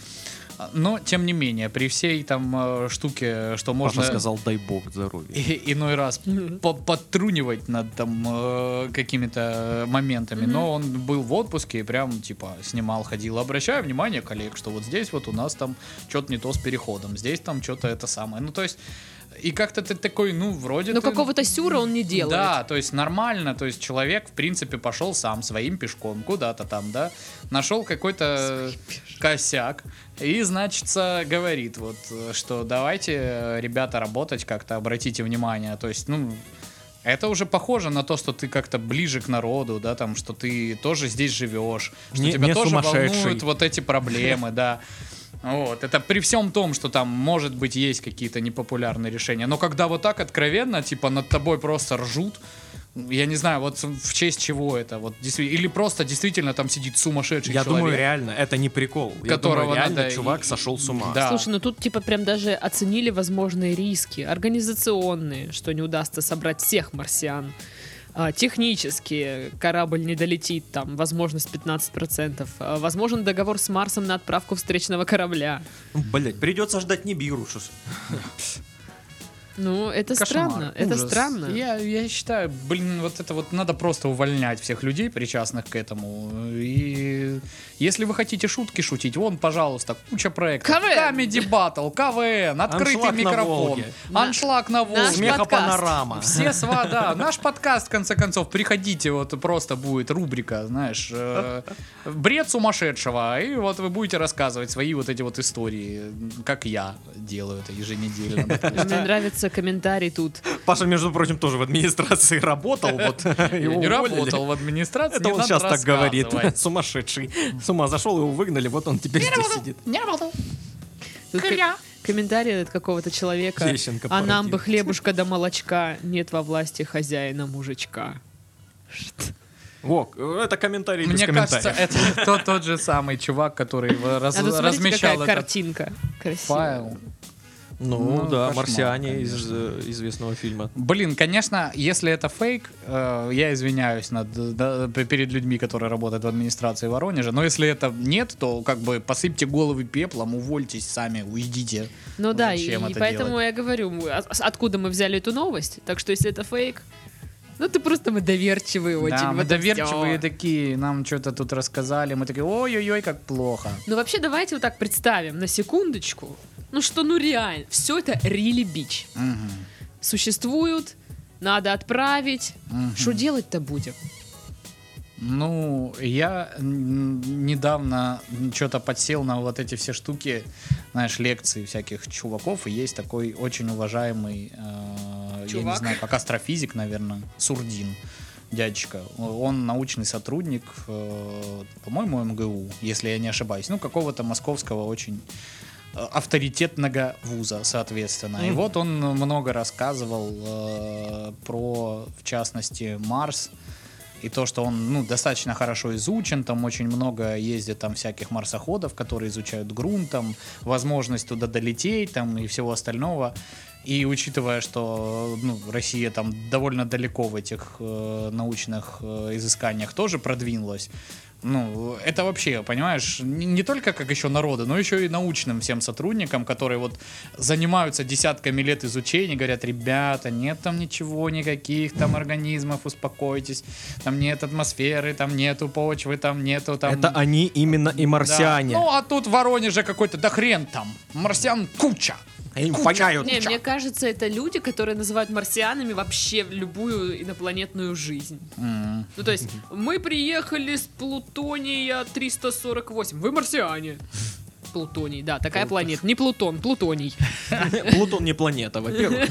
А, Но, тем не менее, при всей там э, штуке, что можно... Паша сказал, дай бог здоровья. и- иной раз по- подтрунивать над там э, какими-то моментами. Но он был в отпуске и прям типа снимал, ходил. Обращаю внимание коллег, что вот здесь вот у нас там что-то не то с переходом, здесь там что-то это самое. Ну то есть и как-то ты такой, ну вроде. Но ты- какого-то сюра он не делает. Да, то есть нормально, то есть человек в принципе пошел сам своим пешком куда-то там, да, нашел какой-то косяк и, значит, говорит вот, э, что давайте, э, ребята, работать как-то, обратите внимание, то есть, ну, это уже похоже на то, что ты как-то ближе к народу, да, там, что ты тоже здесь живешь, что Не- тебя не тоже сумасшедший. волнуют вот эти проблемы, да. Вот, это при всем том, что там, может быть, есть какие-то непопулярные решения. Но когда вот так откровенно, типа, над тобой просто ржут, я не знаю, вот в честь чего это, вот действительно, или просто действительно там сидит сумасшедший Я человек. думаю, реально, это не прикол. Я Которого думаю, реально надо и- чувак сошел с ума. Да. Слушай, ну тут типа прям даже оценили возможные риски. Организационные, что не удастся собрать всех марсиан. А, технические, корабль не долетит, там, возможность 15%. А, возможен договор с Марсом на отправку встречного корабля. Блять, придется ждать Нибирушус. Ну, это Кошмар, странно, это ужас. странно. Я, я считаю, блин, вот это вот надо просто увольнять всех людей, причастных к этому. И если вы хотите шутки шутить, вон, пожалуйста, куча проектов. КВН. Comedy Battle, КВН, открытый Аншлаг на микрофон, Волге. аншлаг на Волге. Наш подкаст. Смехопанорама. Все сва, да. Наш подкаст, в конце концов, приходите, вот просто будет рубрика, знаешь, э, бред сумасшедшего, и вот вы будете рассказывать свои вот эти вот истории, как я делаю это еженедельно. допустим. Мне нравится комментарий тут. Паша, между прочим, тоже в администрации работал, вот. Я не работал в администрации. Это не он надо сейчас так говорит. рассказывать. Сумасшедший. С ума зашел, его выгнали, вот он теперь здесь сидит. Не работал. Тут Кря. как- комментарий от какого-то человека. Терещенко а нам бы породил». хлебушка да молочка, нет во власти хозяина мужичка. Во, это комментарий без Мне кажется, комментариев. это тот, тот же самый чувак, который в- раз- А тут смотрите, размещал какая этот картинка. Красивая. файл. Ну, Ну, да, кошмар, марсиане из э, известного фильма. Блин, конечно, если это фейк, э, я извиняюсь над, да, п- перед людьми, которые работают в администрации Воронежа. Но если это нет, то как бы посыпьте головы пеплом, увольтесь сами, уйдите. Ну да, и, Зачем и это поэтому делать? я говорю, мы- а- с- откуда мы взяли эту новость. Так что если это фейк, ну ты просто мы доверчивые очень. да, в мы этом доверчивые всё. такие, нам что-то тут рассказали, мы такие, ой-ой-ой, как плохо. Ну вообще давайте вот так представим на секундочку, ну что ну реально, все это рили бич. Мгм. Существуют, надо отправить. Мгм. Что делать-то будем? Ну, я м, недавно что-то подсел на вот эти все штуки, знаешь, лекции всяких чуваков, и есть такой очень уважаемый, э, я не Чувак. знаю, как астрофизик, наверное, Сурдин, дядечка. Он научный сотрудник, э, по-моему, МГУ, если я не ошибаюсь, ну, какого-то московского очень э, авторитетного вуза, соответственно. И Мгм. вот он много рассказывал э, про, в частности, Марс, и то, что он ну, достаточно хорошо изучен, там очень много ездит там всяких марсоходов, которые изучают грунт, там возможность туда долететь там, и всего остального. И учитывая, что ну, Россия там довольно далеко в этих э, научных э, изысканиях тоже продвинулась, ну, это вообще, понимаешь, не, не только как еще народы, но еще и научным всем сотрудникам, которые вот занимаются десятками лет изучения, говорят, ребята, нет там ничего, никаких там организмов, успокойтесь, там нет атмосферы, там нету почвы, там нету там... Это они именно и Да. марсиане. Ну, а тут в Воронеже какой-то, да хрен там, марсиан куча. Им Э, поняют. Не, мне кажется, это люди, которые называют марсианами вообще любую инопланетную жизнь. М. Ну, то есть, мы приехали с Плутония 348. Вы марсиане. Плутоний, да, такая планета. Не Плутон, Плутоний. Плутон не планета, во-первых.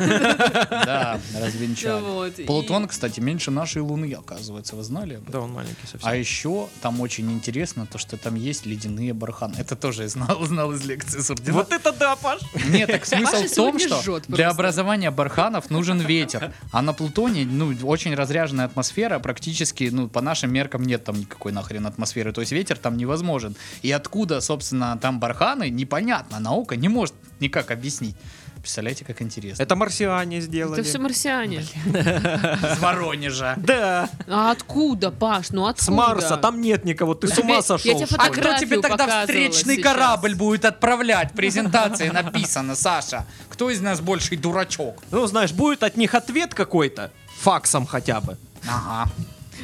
Да, развенчали. Ну Вот, и- Плутон, кстати, меньше нашей Луны, оказывается, вы знали об этом? Да, он маленький совсем. А еще там очень интересно то, что там есть ледяные барханы. Это тоже я знал, знал из лекции Сурдина. Вот это да, Паш! Нет, так смысл Паша в том, сегодня что жжет для просто. образования барханов нужен ветер. А на Плутоне, ну, очень разряженная атмосфера, практически, ну, по нашим меркам нет там никакой нахрен атмосферы. То есть ветер там невозможен. И откуда, собственно, там барханы, непонятно. Наука не может никак объяснить. Представляете, как интересно. А Это марсиане Это сделали. все марсиане. из Воронежа. Да, А откуда, Паш? Ну откуда? с Марса, там нет никого, ты с ума Я- я сошел. тебе что А фото- ли? Фотографию показывала сейчас. будет отправлять? В презентации написано, Саша. Кто из нас больший дурачок? Ну, знаешь, будет от них ответ какой-то, факсом хотя бы. Ага.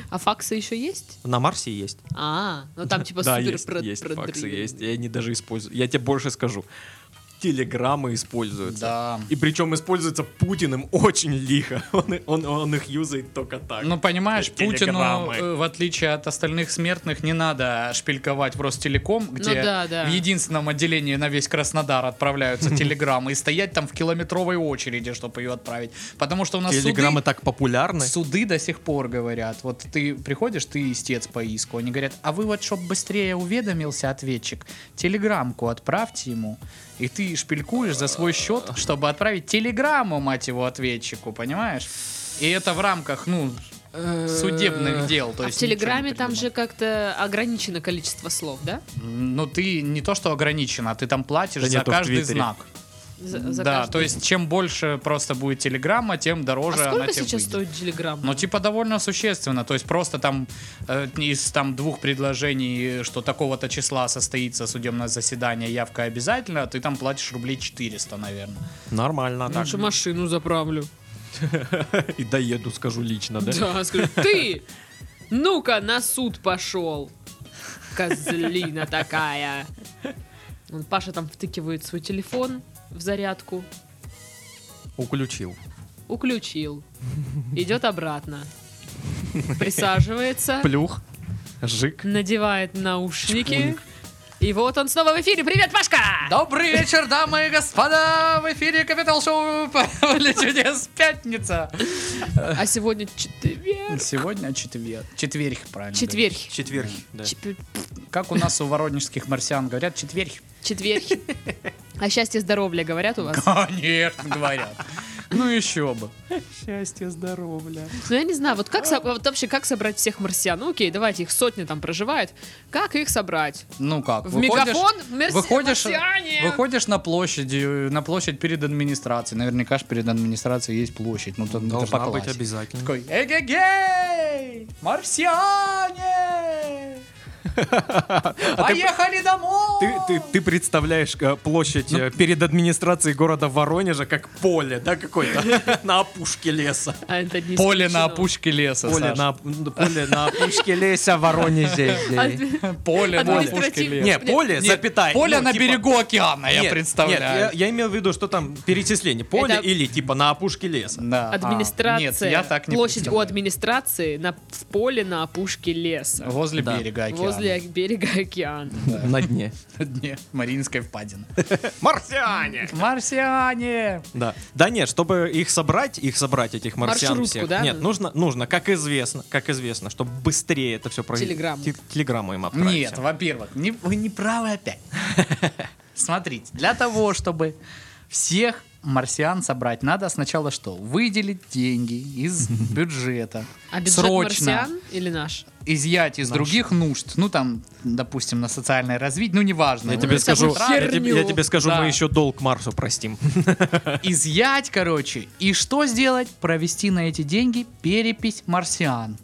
А факсы еще есть? На Марсе есть. А, ну там типа да, супер А есть, прод- есть, факсы продвинутые. есть. Я не даже использую. Я тебе больше скажу. Телеграммы используются. Да. И причем используются Путиным очень лихо. Он, и- он- он их юзает только так. Ну, понимаешь, Путину, Телеграммы. э, в отличие от остальных смертных, не надо шпильковать в Ростелеком, где да, да. в единственном отделении на весь Краснодар отправляются телеграммы и стоять там в километровой очереди, чтобы ее отправить. Потому что у нас Телеграммы а суды... так популярны. Суды до сих пор говорят, вот ты приходишь, ты истец по иску, они говорят, а вы вот, чтоб быстрее уведомился ответчик, телеграммку отправьте ему, и ты шпилькуешь за свой счет, чтобы отправить телеграмму, мать его, ответчику, понимаешь? И это в рамках, ну, судебных дел. То Э, А в есть Телеграме ничего не там же как-то ограничено количество слов, да? придумано. Ну, ты не то, что ограничен, а ты там платишь Да за нет, то в каждый Твиттере. знак. За- за да, каждый. то есть чем больше просто будет телеграмма, тем А дороже она сколько тебе сейчас выйдет. стоит телеграмма? Ну, типа, довольно существенно. То есть просто там э, из там двух предложений, что такого-то числа состоится судебное заседание, явка обязательно, ты там платишь рублей 400, наверное. Нормально так. Лучше машину заправлю. И доеду, скажу лично, да? Да, скажу, ты, ну-ка, на суд пошел. Козлина такая. Вон Паша там втыкивает свой телефон в зарядку, Уключил. уключил, идет обратно, присаживается, Плюх. Жик. надевает наушники, и вот он снова в эфире. Привет, Пашка! Добрый вечер, дамы и господа! В эфире Капитал Шоу «Поле чудес» пятница! А сегодня четверг. Сегодня четверг. Четверг, правильно. Четверг. Четверг. да. Чеп- говоришь. Как у нас у воронежских марсиан говорят, четверг. Четверг. О А счастье и здоровье говорят у вас? Конечно, говорят. Ну еще бы. Счастье, здоровья. Ну, я не знаю, вот как со- вот вообще как собрать всех марсиан? Ну, окей, давайте, их сотни там проживают. Как их собрать? Ну как, В мегафон? Мерси- выходишь, марсиане! выходишь на площадь, э, на площадь перед администрацией. Наверняка же перед администрацией есть площадь. Ну, там это Должна по быть классике. обязательно. Такой, эгегей, марсиане, А поехали домой. Ты, ты, ты представляешь э, площадь э, перед администрацией города Воронежа как поле, да, какое-то на опушке леса. А это не Поле исключено. на опушке леса, Поле Саш. на, ну, поле на опушке леса Воронеже. Адми- Поле на опушке Административный. леса. Не, Нет, поле, Нет, а, запятая. Поле ну, на типа- берегу океана, я Нет, представляю. Нет, я, я имел в виду, что там перечисление. Поле Это- или типа на опушке леса. Да. А, Администрация. Нет, я так не Площадь у представляю. администрации на, в поле на опушке леса. Возле Да. берега океана. Возле берега океана. На дне. На дне Мариинской впадины. Марсиане! Марсиане! Да. Да нет, чтобы их собрать, их собрать, этих марсиан Маршрутку, всех. да? Нет, нужно, нужно, как известно, как известно, чтобы быстрее это все произошло. Телеграмму. Телеграмму им отправить. Нет, во-первых, не- вы не правы опять. Смотрите, для того, чтобы всех марсиан собрать, надо сначала что? Выделить деньги из бюджета. А бюджет марсиан или наш? изъять из других нужд, ну там, допустим, на социальное развитие, ну неважно. Я вот тебе это скажу, вот я тебе, я херню. тебе скажу, Да. мы еще долг Марсу простим. изъять, короче, и что сделать? Провести на эти деньги перепись марсиан.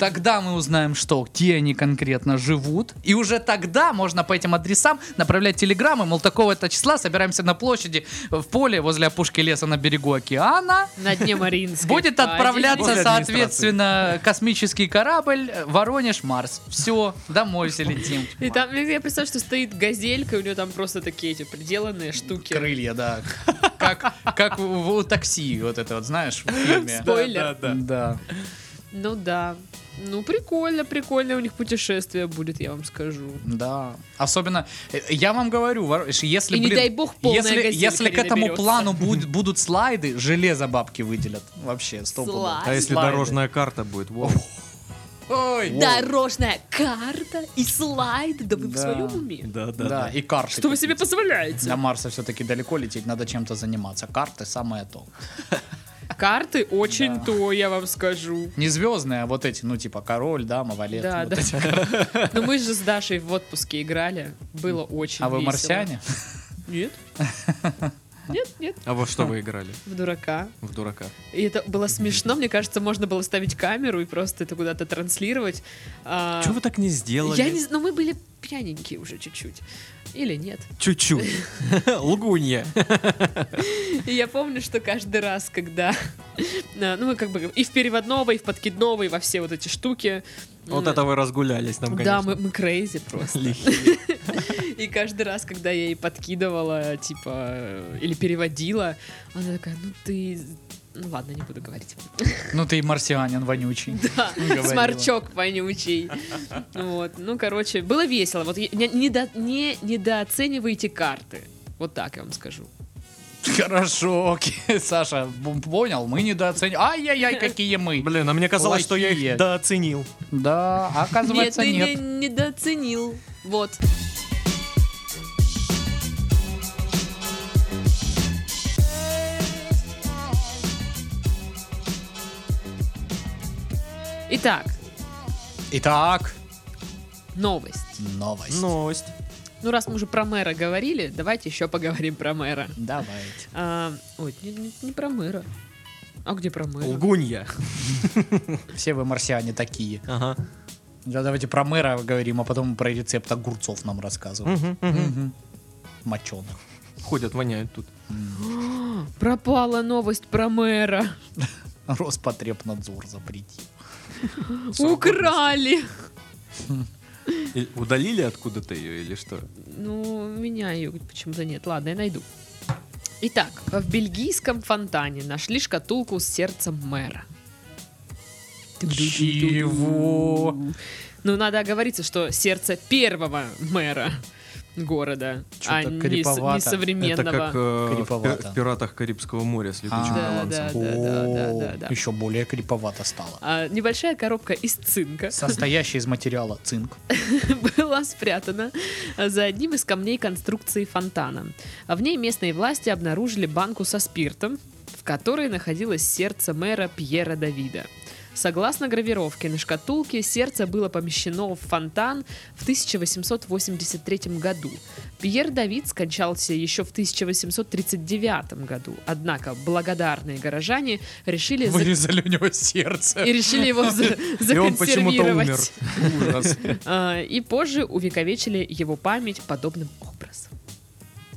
Тогда мы узнаем, что, где они конкретно живут, и уже тогда можно по этим адресам направлять телеграммы, мол, такого-то числа собираемся на площади, в поле, возле опушки леса на берегу океана, На дне Мариинской. А Будет впадины. отправляться, Возле соответственно, космический корабль э, Воронеж-Марс. Все, домой все летим. И там, я я представляю, что стоит газелька, у нее там просто такие эти приделанные штуки. Крылья, да. Как, как в, в такси, вот это вот, знаешь, в фильме. Спойлер. Да, да. Ну да. Ну прикольно, прикольно у них путешествие будет, я вам скажу. Да. Особенно, э, я вам говорю, Воро- если, И не блин, дай бог, полная если, газелька если к не этому наберется. плану буд- будут слайды, железо бабки выделят. Вообще, стоп. Слайды. А если Слайды. дорожная карта будет? Во. Ой, Дорожная карта и слайд, да вы в Да. своем уме? Да, да, да, да. и карты. Что вы себе позволяете? До Марса все-таки далеко лететь, надо чем-то заниматься. Карты самое то. Карты очень Да. то, я вам скажу. Не звездные, а вот эти, ну, типа король, дама, валет. Да, вот да. эти. Но мы же с Дашей в отпуске играли. Было очень А вы весело. марсиане? Нет. Нет, нет, А во что вы играли? в дурака. В дурака. И это было смешно. Мне кажется, можно было ставить камеру и просто это куда-то транслировать. А, Чего вы так не сделали? Я не знаю, но мы были пьяненькие уже чуть-чуть. Или нет. Чуть-чуть. Лгунья. И я помню, что каждый раз, когда... а, Ну, мы как бы и в переводного, и в подкидного, и во все вот эти штуки. Ну, Вот М, это вы разгулялись там, Да, мы, конечно. мы крейзи просто. Лихие. И каждый раз, когда я ей подкидывала, типа, э, или переводила, она такая, ну ты... Ну ладно, не буду говорить. Ну ты и марсианин вонючий. Да, Говорила. сморчок вонючий. Вот, ну, короче, было весело. Вот е- не, недо- не недооценивайте карты. Вот так я вам скажу. Хорошо, окей. Саша, б- понял, мы недооценим. Ай-яй-яй, какие мы. Блин, а мне казалось, что я Плохие. их дооценил. Да, а Нет, оказывается, ты нет. не- недооценил. Вот. Итак, Итак, новость. новость. Новость. Ну, раз мы уже про мэра говорили, давайте еще поговорим про мэра. Давайте. А, ой, не, не- не про мэра. А где про мэра? Лгунья. Все вы марсиане такие. Ага. Да, давайте про мэра говорим, а потом про рецепт огурцов нам рассказывают. Мгм, мгм. Моченых. Ходят, воняют тут. Пропала новость про мэра. Роспотребнадзор запретил. Украли. И Удалили откуда-то ее или что? Ну, у меня ее почему-то нет. Ладно, я найду. Итак, в бельгийском фонтане нашли шкатулку с сердцем мэра. Чего? Но Ну, надо оговориться, что сердце первого мэра города, Чё-то а не, с- не криповато. Это как, Это современного. как э, в, пи- Криповато. в «Пиратах Карибского моря» с летучим А. Да, голландцем. да, да, да, да, да. Еще более криповато стало. А, небольшая коробка из цинка Состоящий из материала цинк. была спрятана за одним из камней конструкции фонтана. А В ней местные власти обнаружили банку со спиртом, в которой находилось сердце мэра Пьера Давида. Согласно гравировке на шкатулке, сердце было помещено в фонтан в 1883 году. Пьер Давид скончался еще в 1839 году, однако благодарные горожане решили за- Вырезали у него сердце. и решили его за- И он почему-то умер. законсервировать. Ужас. А, И позже увековечили его память подобным образом.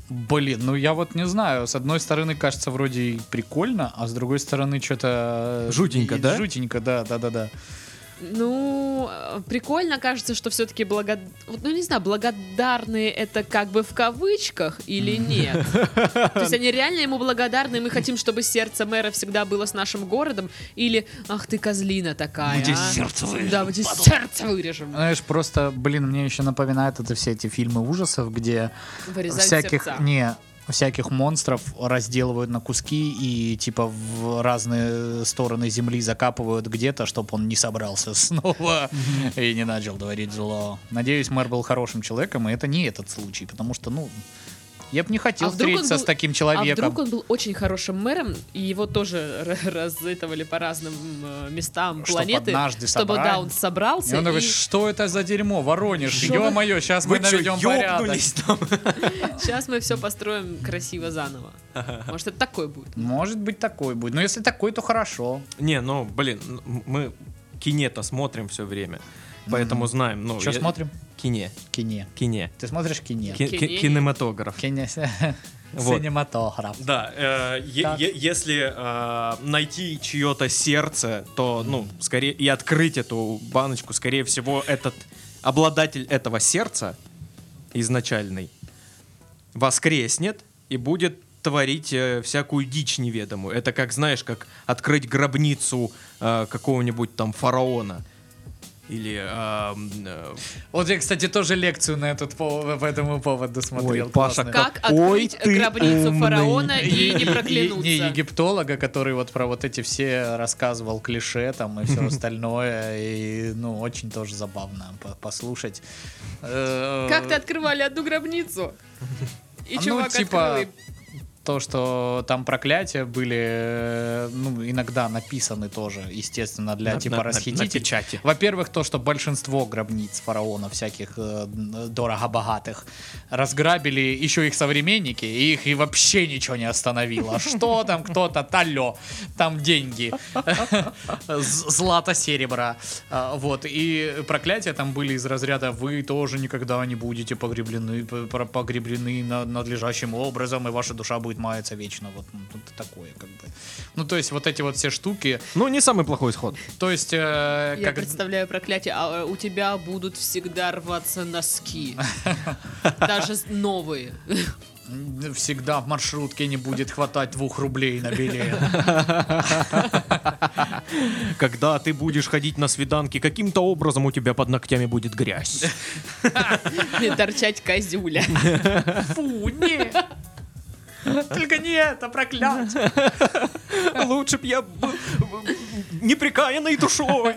Блин, ну я вот не знаю. С одной стороны, кажется, вроде и прикольно, а с другой стороны, что-то... Жутенько, да? Жутенько, да, да, да, да. Ну, э, прикольно кажется, что все-таки благо... вот, Ну, не знаю, благодарные это как бы в кавычках или нет? То есть они реально ему благодарны, и мы хотим, чтобы сердце мэра всегда было с нашим городом? Или, ах ты, козлина такая, а? Да, мы тебе сердце вырежем. Знаешь, просто, блин, мне еще напоминает это все эти фильмы ужасов, где Вырезать всяких сердца. не всяких монстров разделывают на куски и типа в разные стороны земли закапывают где-то, чтобы он не собрался снова и не начал творить зло. Надеюсь, мэр был хорошим человеком, и это не этот случай, потому что, ну, я бы не хотел А вдруг он встретиться был- с таким А человеком. вдруг он был очень хорошим мэром, и его тоже р- разытывали по разным э, местам Чтоб планеты, однажды чтобы собрали. да, он собрался. И он такой, и- что это за дерьмо, Воронеж, Что ё-моё, сейчас мы Вы чё, наведем порядок. ёбнулись там? Сейчас мы все построим красиво заново. Может, это такое будет. Может быть, такой будет. Но если такой, то хорошо. Не, ну, блин, м- мы кине-то смотрим все время. Поэтому знаем, ну... Что я- смотрим? Кине. Кине. Кине. Ты смотришь кине? Ки- ки- Кине. Кинематограф. Кине. Вот. Синематограф. Да, э, е- Так. е- если э, найти чье-то сердце, то, ну, скорее, и открыть эту баночку, скорее всего, этот обладатель этого сердца изначальный воскреснет и будет творить э, всякую дичь неведомую. Это как, знаешь, как открыть гробницу э, какого-нибудь там фараона. Или... э, м, э, Вот я, кстати, тоже лекцию на этот пов- по этому поводу смотрел. Ой, Паша, классную. Как Какой открыть ты гробницу умный. фараона и не Не проклянуться. египтолога, который вот про вот эти все рассказывал клише там и все остальное. И, ну, очень тоже забавно по- послушать. Э, Как-то Как-то открывали одну гробницу. И Ну, чувак типа, открыл, и- то, что там проклятия были, э, ну, иногда написаны тоже, естественно, для на- на- типа на- на расхитителей. печати. Во-первых, то, что большинство гробниц фараонов всяких э, н- дорого-богатых разграбили еще их современники, и их и вообще ничего не остановило. А Что там кто-то, талё, там деньги, З- злато, серебра. А, Вот, и проклятия там были из разряда «Вы тоже никогда не будете погреблены, п- про- погреблены на- надлежащим образом, и ваша душа будет маяться вечно». Вот ну, тут такое как бы. Ну, то есть вот эти вот все штуки. Ну, не самый плохой исход. То есть... э, Я представляю проклятие, а э, у тебя будут всегда рваться носки. Даже с- новые. Всегда в маршрутке не будет хватать двух рублей на билет. Когда ты будешь ходить на свиданки, каким-то образом у тебя под ногтями будет грязь. И торчать козюля. Фу, нет. Только не это, проклятие. Лучше б я был неприкаянной душой.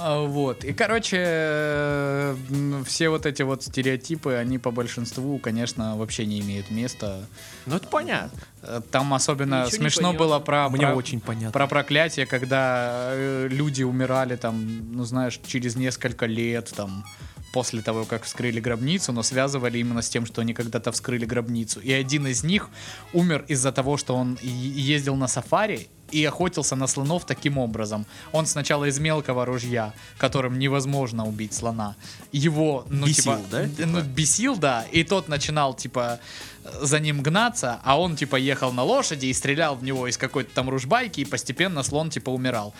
А, Вот. И, короче, э, м, все вот эти вот стереотипы, они по большинству, конечно, вообще не имеют места. Ну, это понятно. Э, Там особенно Ничего не смешно понятно. было про... А Мне про- очень понятно. Про проклятие, когда э, люди умирали там, ну знаешь, через несколько лет там после того, как вскрыли гробницу, но связывали именно с тем, что они когда-то вскрыли гробницу. И один из них умер из-за того, что он е- ездил на сафари и охотился на слонов таким образом. Он сначала из мелкого ружья, которым невозможно убить слона, его, ну Бесил, типа, да, н- типа? ну, бесил, да, и тот начинал, типа, за ним гнаться, а он, типа, ехал на лошади и стрелял в него из какой-то там ружбайки, и постепенно слон, типа, умирал.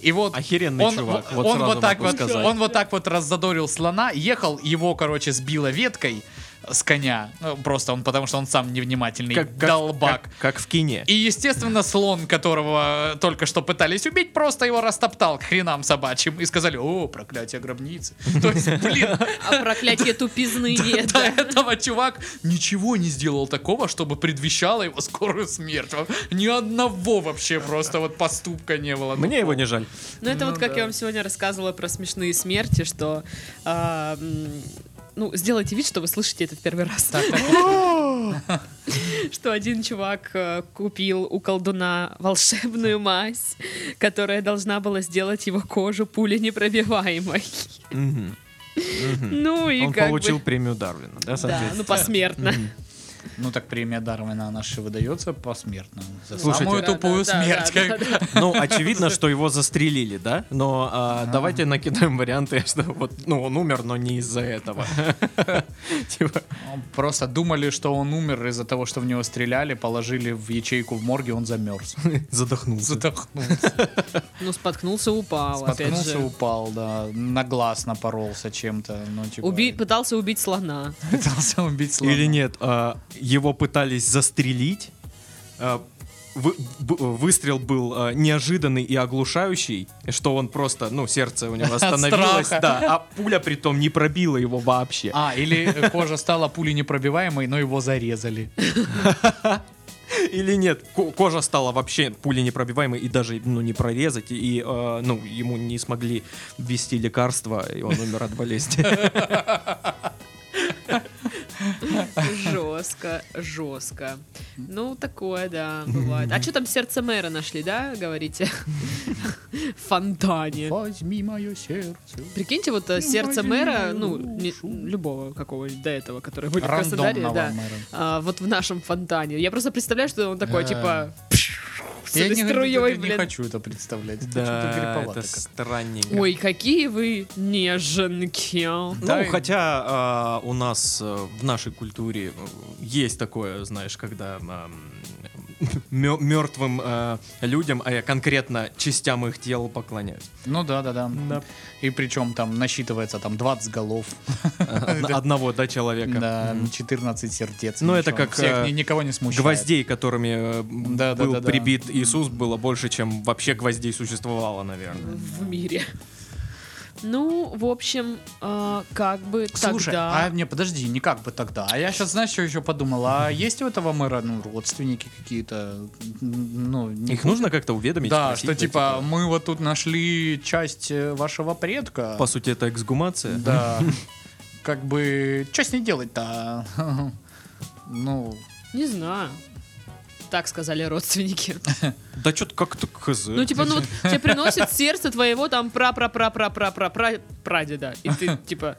И вот Охеренный он, чувак, в- вот он сразу вот так могу вот, сказать. он вот так вот раззадорил слона, ехал, его, короче, сбило веткой, с коня. Ну, просто он, потому что он сам невнимательный Как, как, долбак. как- как в кине. И, естественно, слон, которого только что пытались убить, просто его растоптал к хренам собачьим и сказали, о, проклятие гробницы. То есть, блин, А проклятие тупизны до этого чувак ничего не сделал такого, чтобы предвещало его скорую смерть. Во- Ни одного вообще просто вот поступка не было. Мне его не жаль. Ну, это Ну вот как да. я вам сегодня рассказывала про смешные смерти, что... а, м, ну, сделайте вид, что вы слышите это в первый раз. Что один чувак э, купил у колдуна волшебную мазь, которая должна была сделать его кожу пули непробиваемой. Мгм. Ну и Он как бы- получил премию Дарвина, да, Да, соответственно? ну посмертно. Ну так премия Дарвина, она же выдается посмертно. За Слушайте. самую Да, тупую да, да, смерть. да, как- да, Ну, очевидно, что его застрелили, да? Но а, давайте накидаем варианты, что вот, ну, он умер, но не из-за этого. Типа, Просто думали, что он умер из-за того, что в него стреляли, положили в ячейку в морге, он замерз. задохнулся. Задохнулся. Ну, споткнулся, упал, опять Споткнулся, же. упал, да. На глаз напоролся чем-то. Ну, типа, Уби- Пытался убить слона. Пытался убить слона. Или нет, а, его пытались застрелить. а, вы- б- выстрел был а, неожиданный и оглушающий, что он просто, ну, сердце у него остановилось, страха. да, а пуля притом не пробила его вообще. А, или кожа стала пулей непробиваемой, но его зарезали. Или нет, ко- кожа стала вообще пулей непробиваемой и даже, ну, не прорезать, и, э, ну, ему не смогли ввести лекарства, и он умер от болезни. Жестко, жестко. Ну, такое, да, бывает. А что там сердце мэра нашли, да, говорите? В фонтане. Возьми мое сердце. Прикиньте, вот э, сердце мэра, ну, не- любого какого-нибудь до этого, который были в Краснодаре, Рандомного да, мэра. а, вот в нашем фонтане. Я просто представляю, что он такой, Да. типа, с Я этой не, струей, я не блин. хочу это представлять. Это что-то Да, гриповато это как-то. странненько. Ой, какие вы неженки. Ну, Да, и- хотя а, у нас а, в нашей культуре э, есть такое, знаешь, когда мертвым людям, а я конкретно частям их тела поклоняюсь. Ну да, да, да. И причем там насчитывается там 20 голов, Од- Одного, да, человека. да, 14 сердец. Ну, это Ничего, как, всех э, ни- никого не смущает. Гвоздей, которыми э, Да, да, был да, да. прибит Иисус, было больше, чем вообще гвоздей существовало, наверное. в мире. Ну, в общем, а, как бы Слушай, тогда... а не, подожди, не как бы тогда. А я сейчас, знаешь, что еще подумал? А есть у этого мэра ну, родственники какие-то? М, Ну, не- Их нужно как-то уведомить. Да, спросить, что типа мы вот тут нашли часть э, вашего предка. типа, По сути, это эксгумация. Да. Как бы, что с ней делать-то? а? Ну, Не знаю. Так сказали родственники. Да что-то как-то хз. Ну, типа, ну вот тебе приносит сердце твоего там пра пра пра пра пра пра пра прадеда. И ты типа.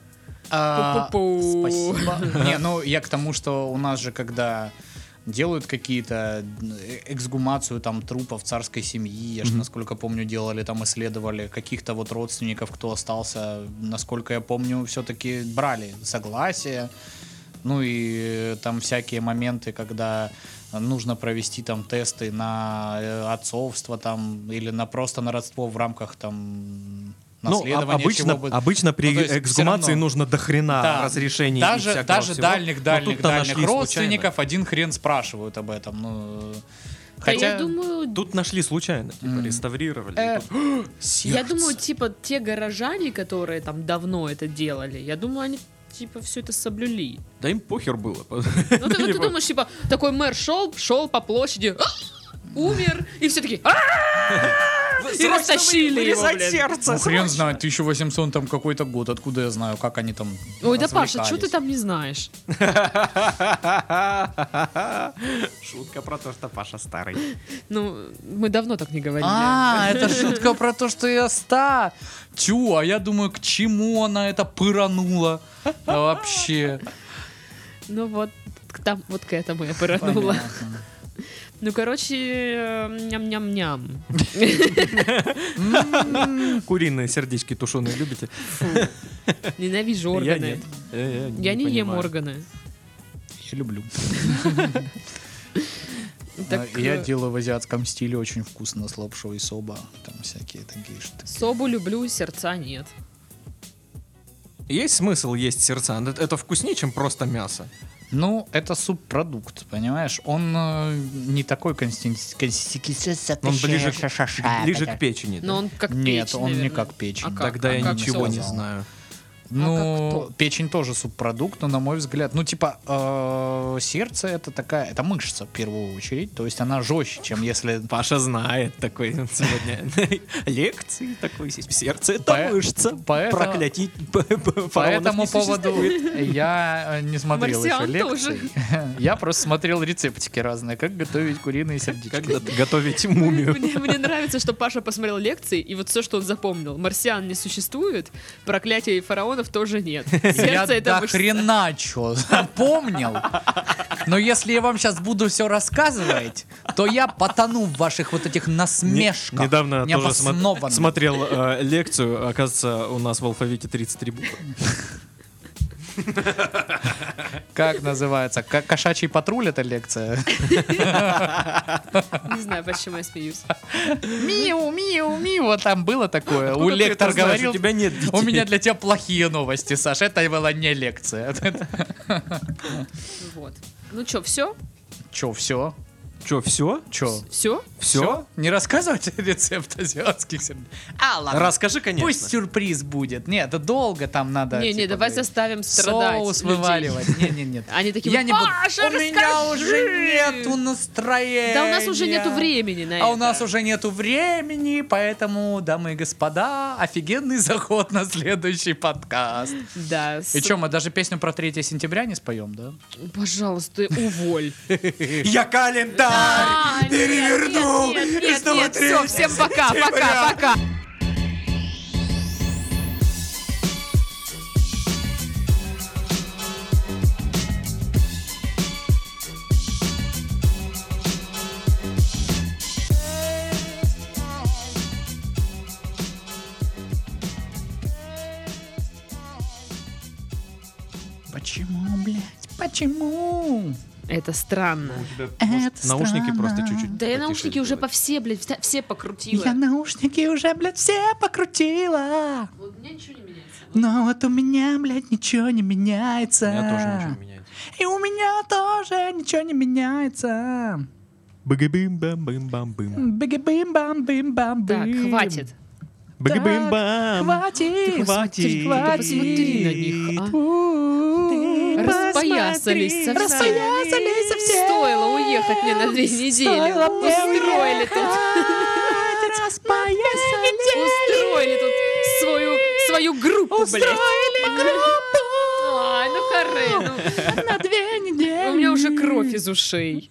а, Пу-пу-пу. спасибо. Не, ну я к тому, что у нас же когда делают какие-то э, эксгумацию там трупов царской семьи, я же, насколько помню, делали там, исследовали каких-то вот родственников, кто остался, насколько я помню, все-таки брали согласие, Ну и э, там всякие моменты, когда нужно провести там тесты на э, отцовство там или на просто на родство в рамках там Ну, наследования. а- обычно, чего бы. обычно при Ну, то есть всё эксгумации равно. нужно до хрена Да. разрешений и даже, А, всякого даже всего. дальних Но дальних тут-то дальних нашли родственников случайно. один хрен спрашивают об этом. Ну, «Да хотя я думаю, Тут нашли случайно, типа Мгм. реставрировали. Э, И тут, «О, я сердце». думаю, типа, те горожане, которые там давно это делали, я думаю, они типа все это соблюли. да им похер было. Ну, ты, ну, ты думаешь, типа, такой мэр шел, шел по площади, «А, умер, и все таки и растащили его, блин. ну, хрен знает, 1800 там какой-то год, откуда я знаю, как они там Ой, да, Паша, что ты развлекались. там не знаешь? Шутка про то, что Паша старый. Ну, мы давно так не говорили. А, это шутка про то, что я ста. Тю, а я думаю, к чему она это пыранула Да вообще. Ну вот, к там, вот к этому я повернула. Понятно. Ну, короче, э, ням-ням-ням. Куриные сердечки тушеные любите? Фу. Ненавижу Я органы. нет. Э, Я не ем понимаю. органы. Я люблю. Так, А, Я э, делаю в азиатском стиле очень вкусно с лапшой и соба. Там всякие такие штуки. Собу люблю, сердца нет. Есть смысл есть сердца? Это- Это вкуснее, чем просто мясо. Ну, это субпродукт, понимаешь? Он э, не такой консистенции. Он ближе, к- ближе к печени. да? Но А, Ну, он как Нет, печь, он наверное. не как печень. А как? Тогда я как ничего всё? не знаю. как Ну, кто? печень тоже субпродукт, но на мой взгляд, ну типа э, сердце это такая, это мышца в первую очередь, то есть она жестче, чем если Паша знает такой сегодня лекции такой сердце это Пое- мышца поэтому- проклятий По этому поводу я э, не смотрел еще Марсиан тоже. лекции. Я просто смотрел рецептики разные, как готовить куриные сердечки. когда готовить мумию Мне, мне нравится, что Паша посмотрел лекции, и вот все, что он запомнил. Марсиан не существует, проклятия и фараонов тоже нет. Я Сердце это до мышца. хрена чё запомнил. Но если я вам сейчас буду все рассказывать, то я потону в ваших вот этих насмешках. Не- Недавно тоже смо- необоснованных. смотрел э, лекцию. Оказывается, у нас в алфавите 33 буквы. Как называется? Ко- Кошачий патруль это лекция? Не знаю, почему я смеюсь. Миу, миу, миу, вот там было такое. У Откуда ты Ну, лектор Ну, это знаешь? говорил. У тебя нет детей. У меня для тебя плохие новости, Саша. Это была не лекция. Вот. Ну что, все? Че, все? Че, все? Че? Все? Все? Не рассказывать рецепт азиатских сердец. А, ладно. Расскажи, конечно. Пусть сюрприз будет. Нет, это долго там надо. не, не, типа, давай говорить. заставим страдать. соус людей. вываливать. Не, не, нет. Они такие, Я вот, не буду. Паша, у расскажи!» меня уже нету настроения. Да у нас уже нету времени на А это. у нас уже нету времени, поэтому, дамы и господа, офигенный заход на следующий подкаст. Да. с- И что, мы даже песню про 3 сентября не споем, да? Пожалуйста, уволь. Я календарь! А, перевернул и снова все, всем пока, пока, пока. Почему, блядь? Почему? Это странно. Это Наушники странно. просто чуть-чуть. Да я потише наушники уже сделать. по все, блядь, вся- все покрутила. Я наушники уже, блядь, все покрутила. У меня ничего не меняется. Но вот у меня, блядь, ничего не меняется. У меня тоже ничего не меняется. И у меня тоже ничего не меняется. Быгы-бым-бам-бым-бам-бым. Бигибим-бам-бим-бам-бим. Так, хватит. Быгы-бым-бам. Хватит. Ты Хватит. посмотри на них, а. У-у-у. Распоясались совсем. Распоясались совсем. Стоило уехать мне на две недели. Стоило мне Устроили тут, уехать, Распоясались. устроили тут свою, свою группу, блядь. Устроили группу Ай, ну хорей, ну. на две недели. У меня уже кровь из ушей.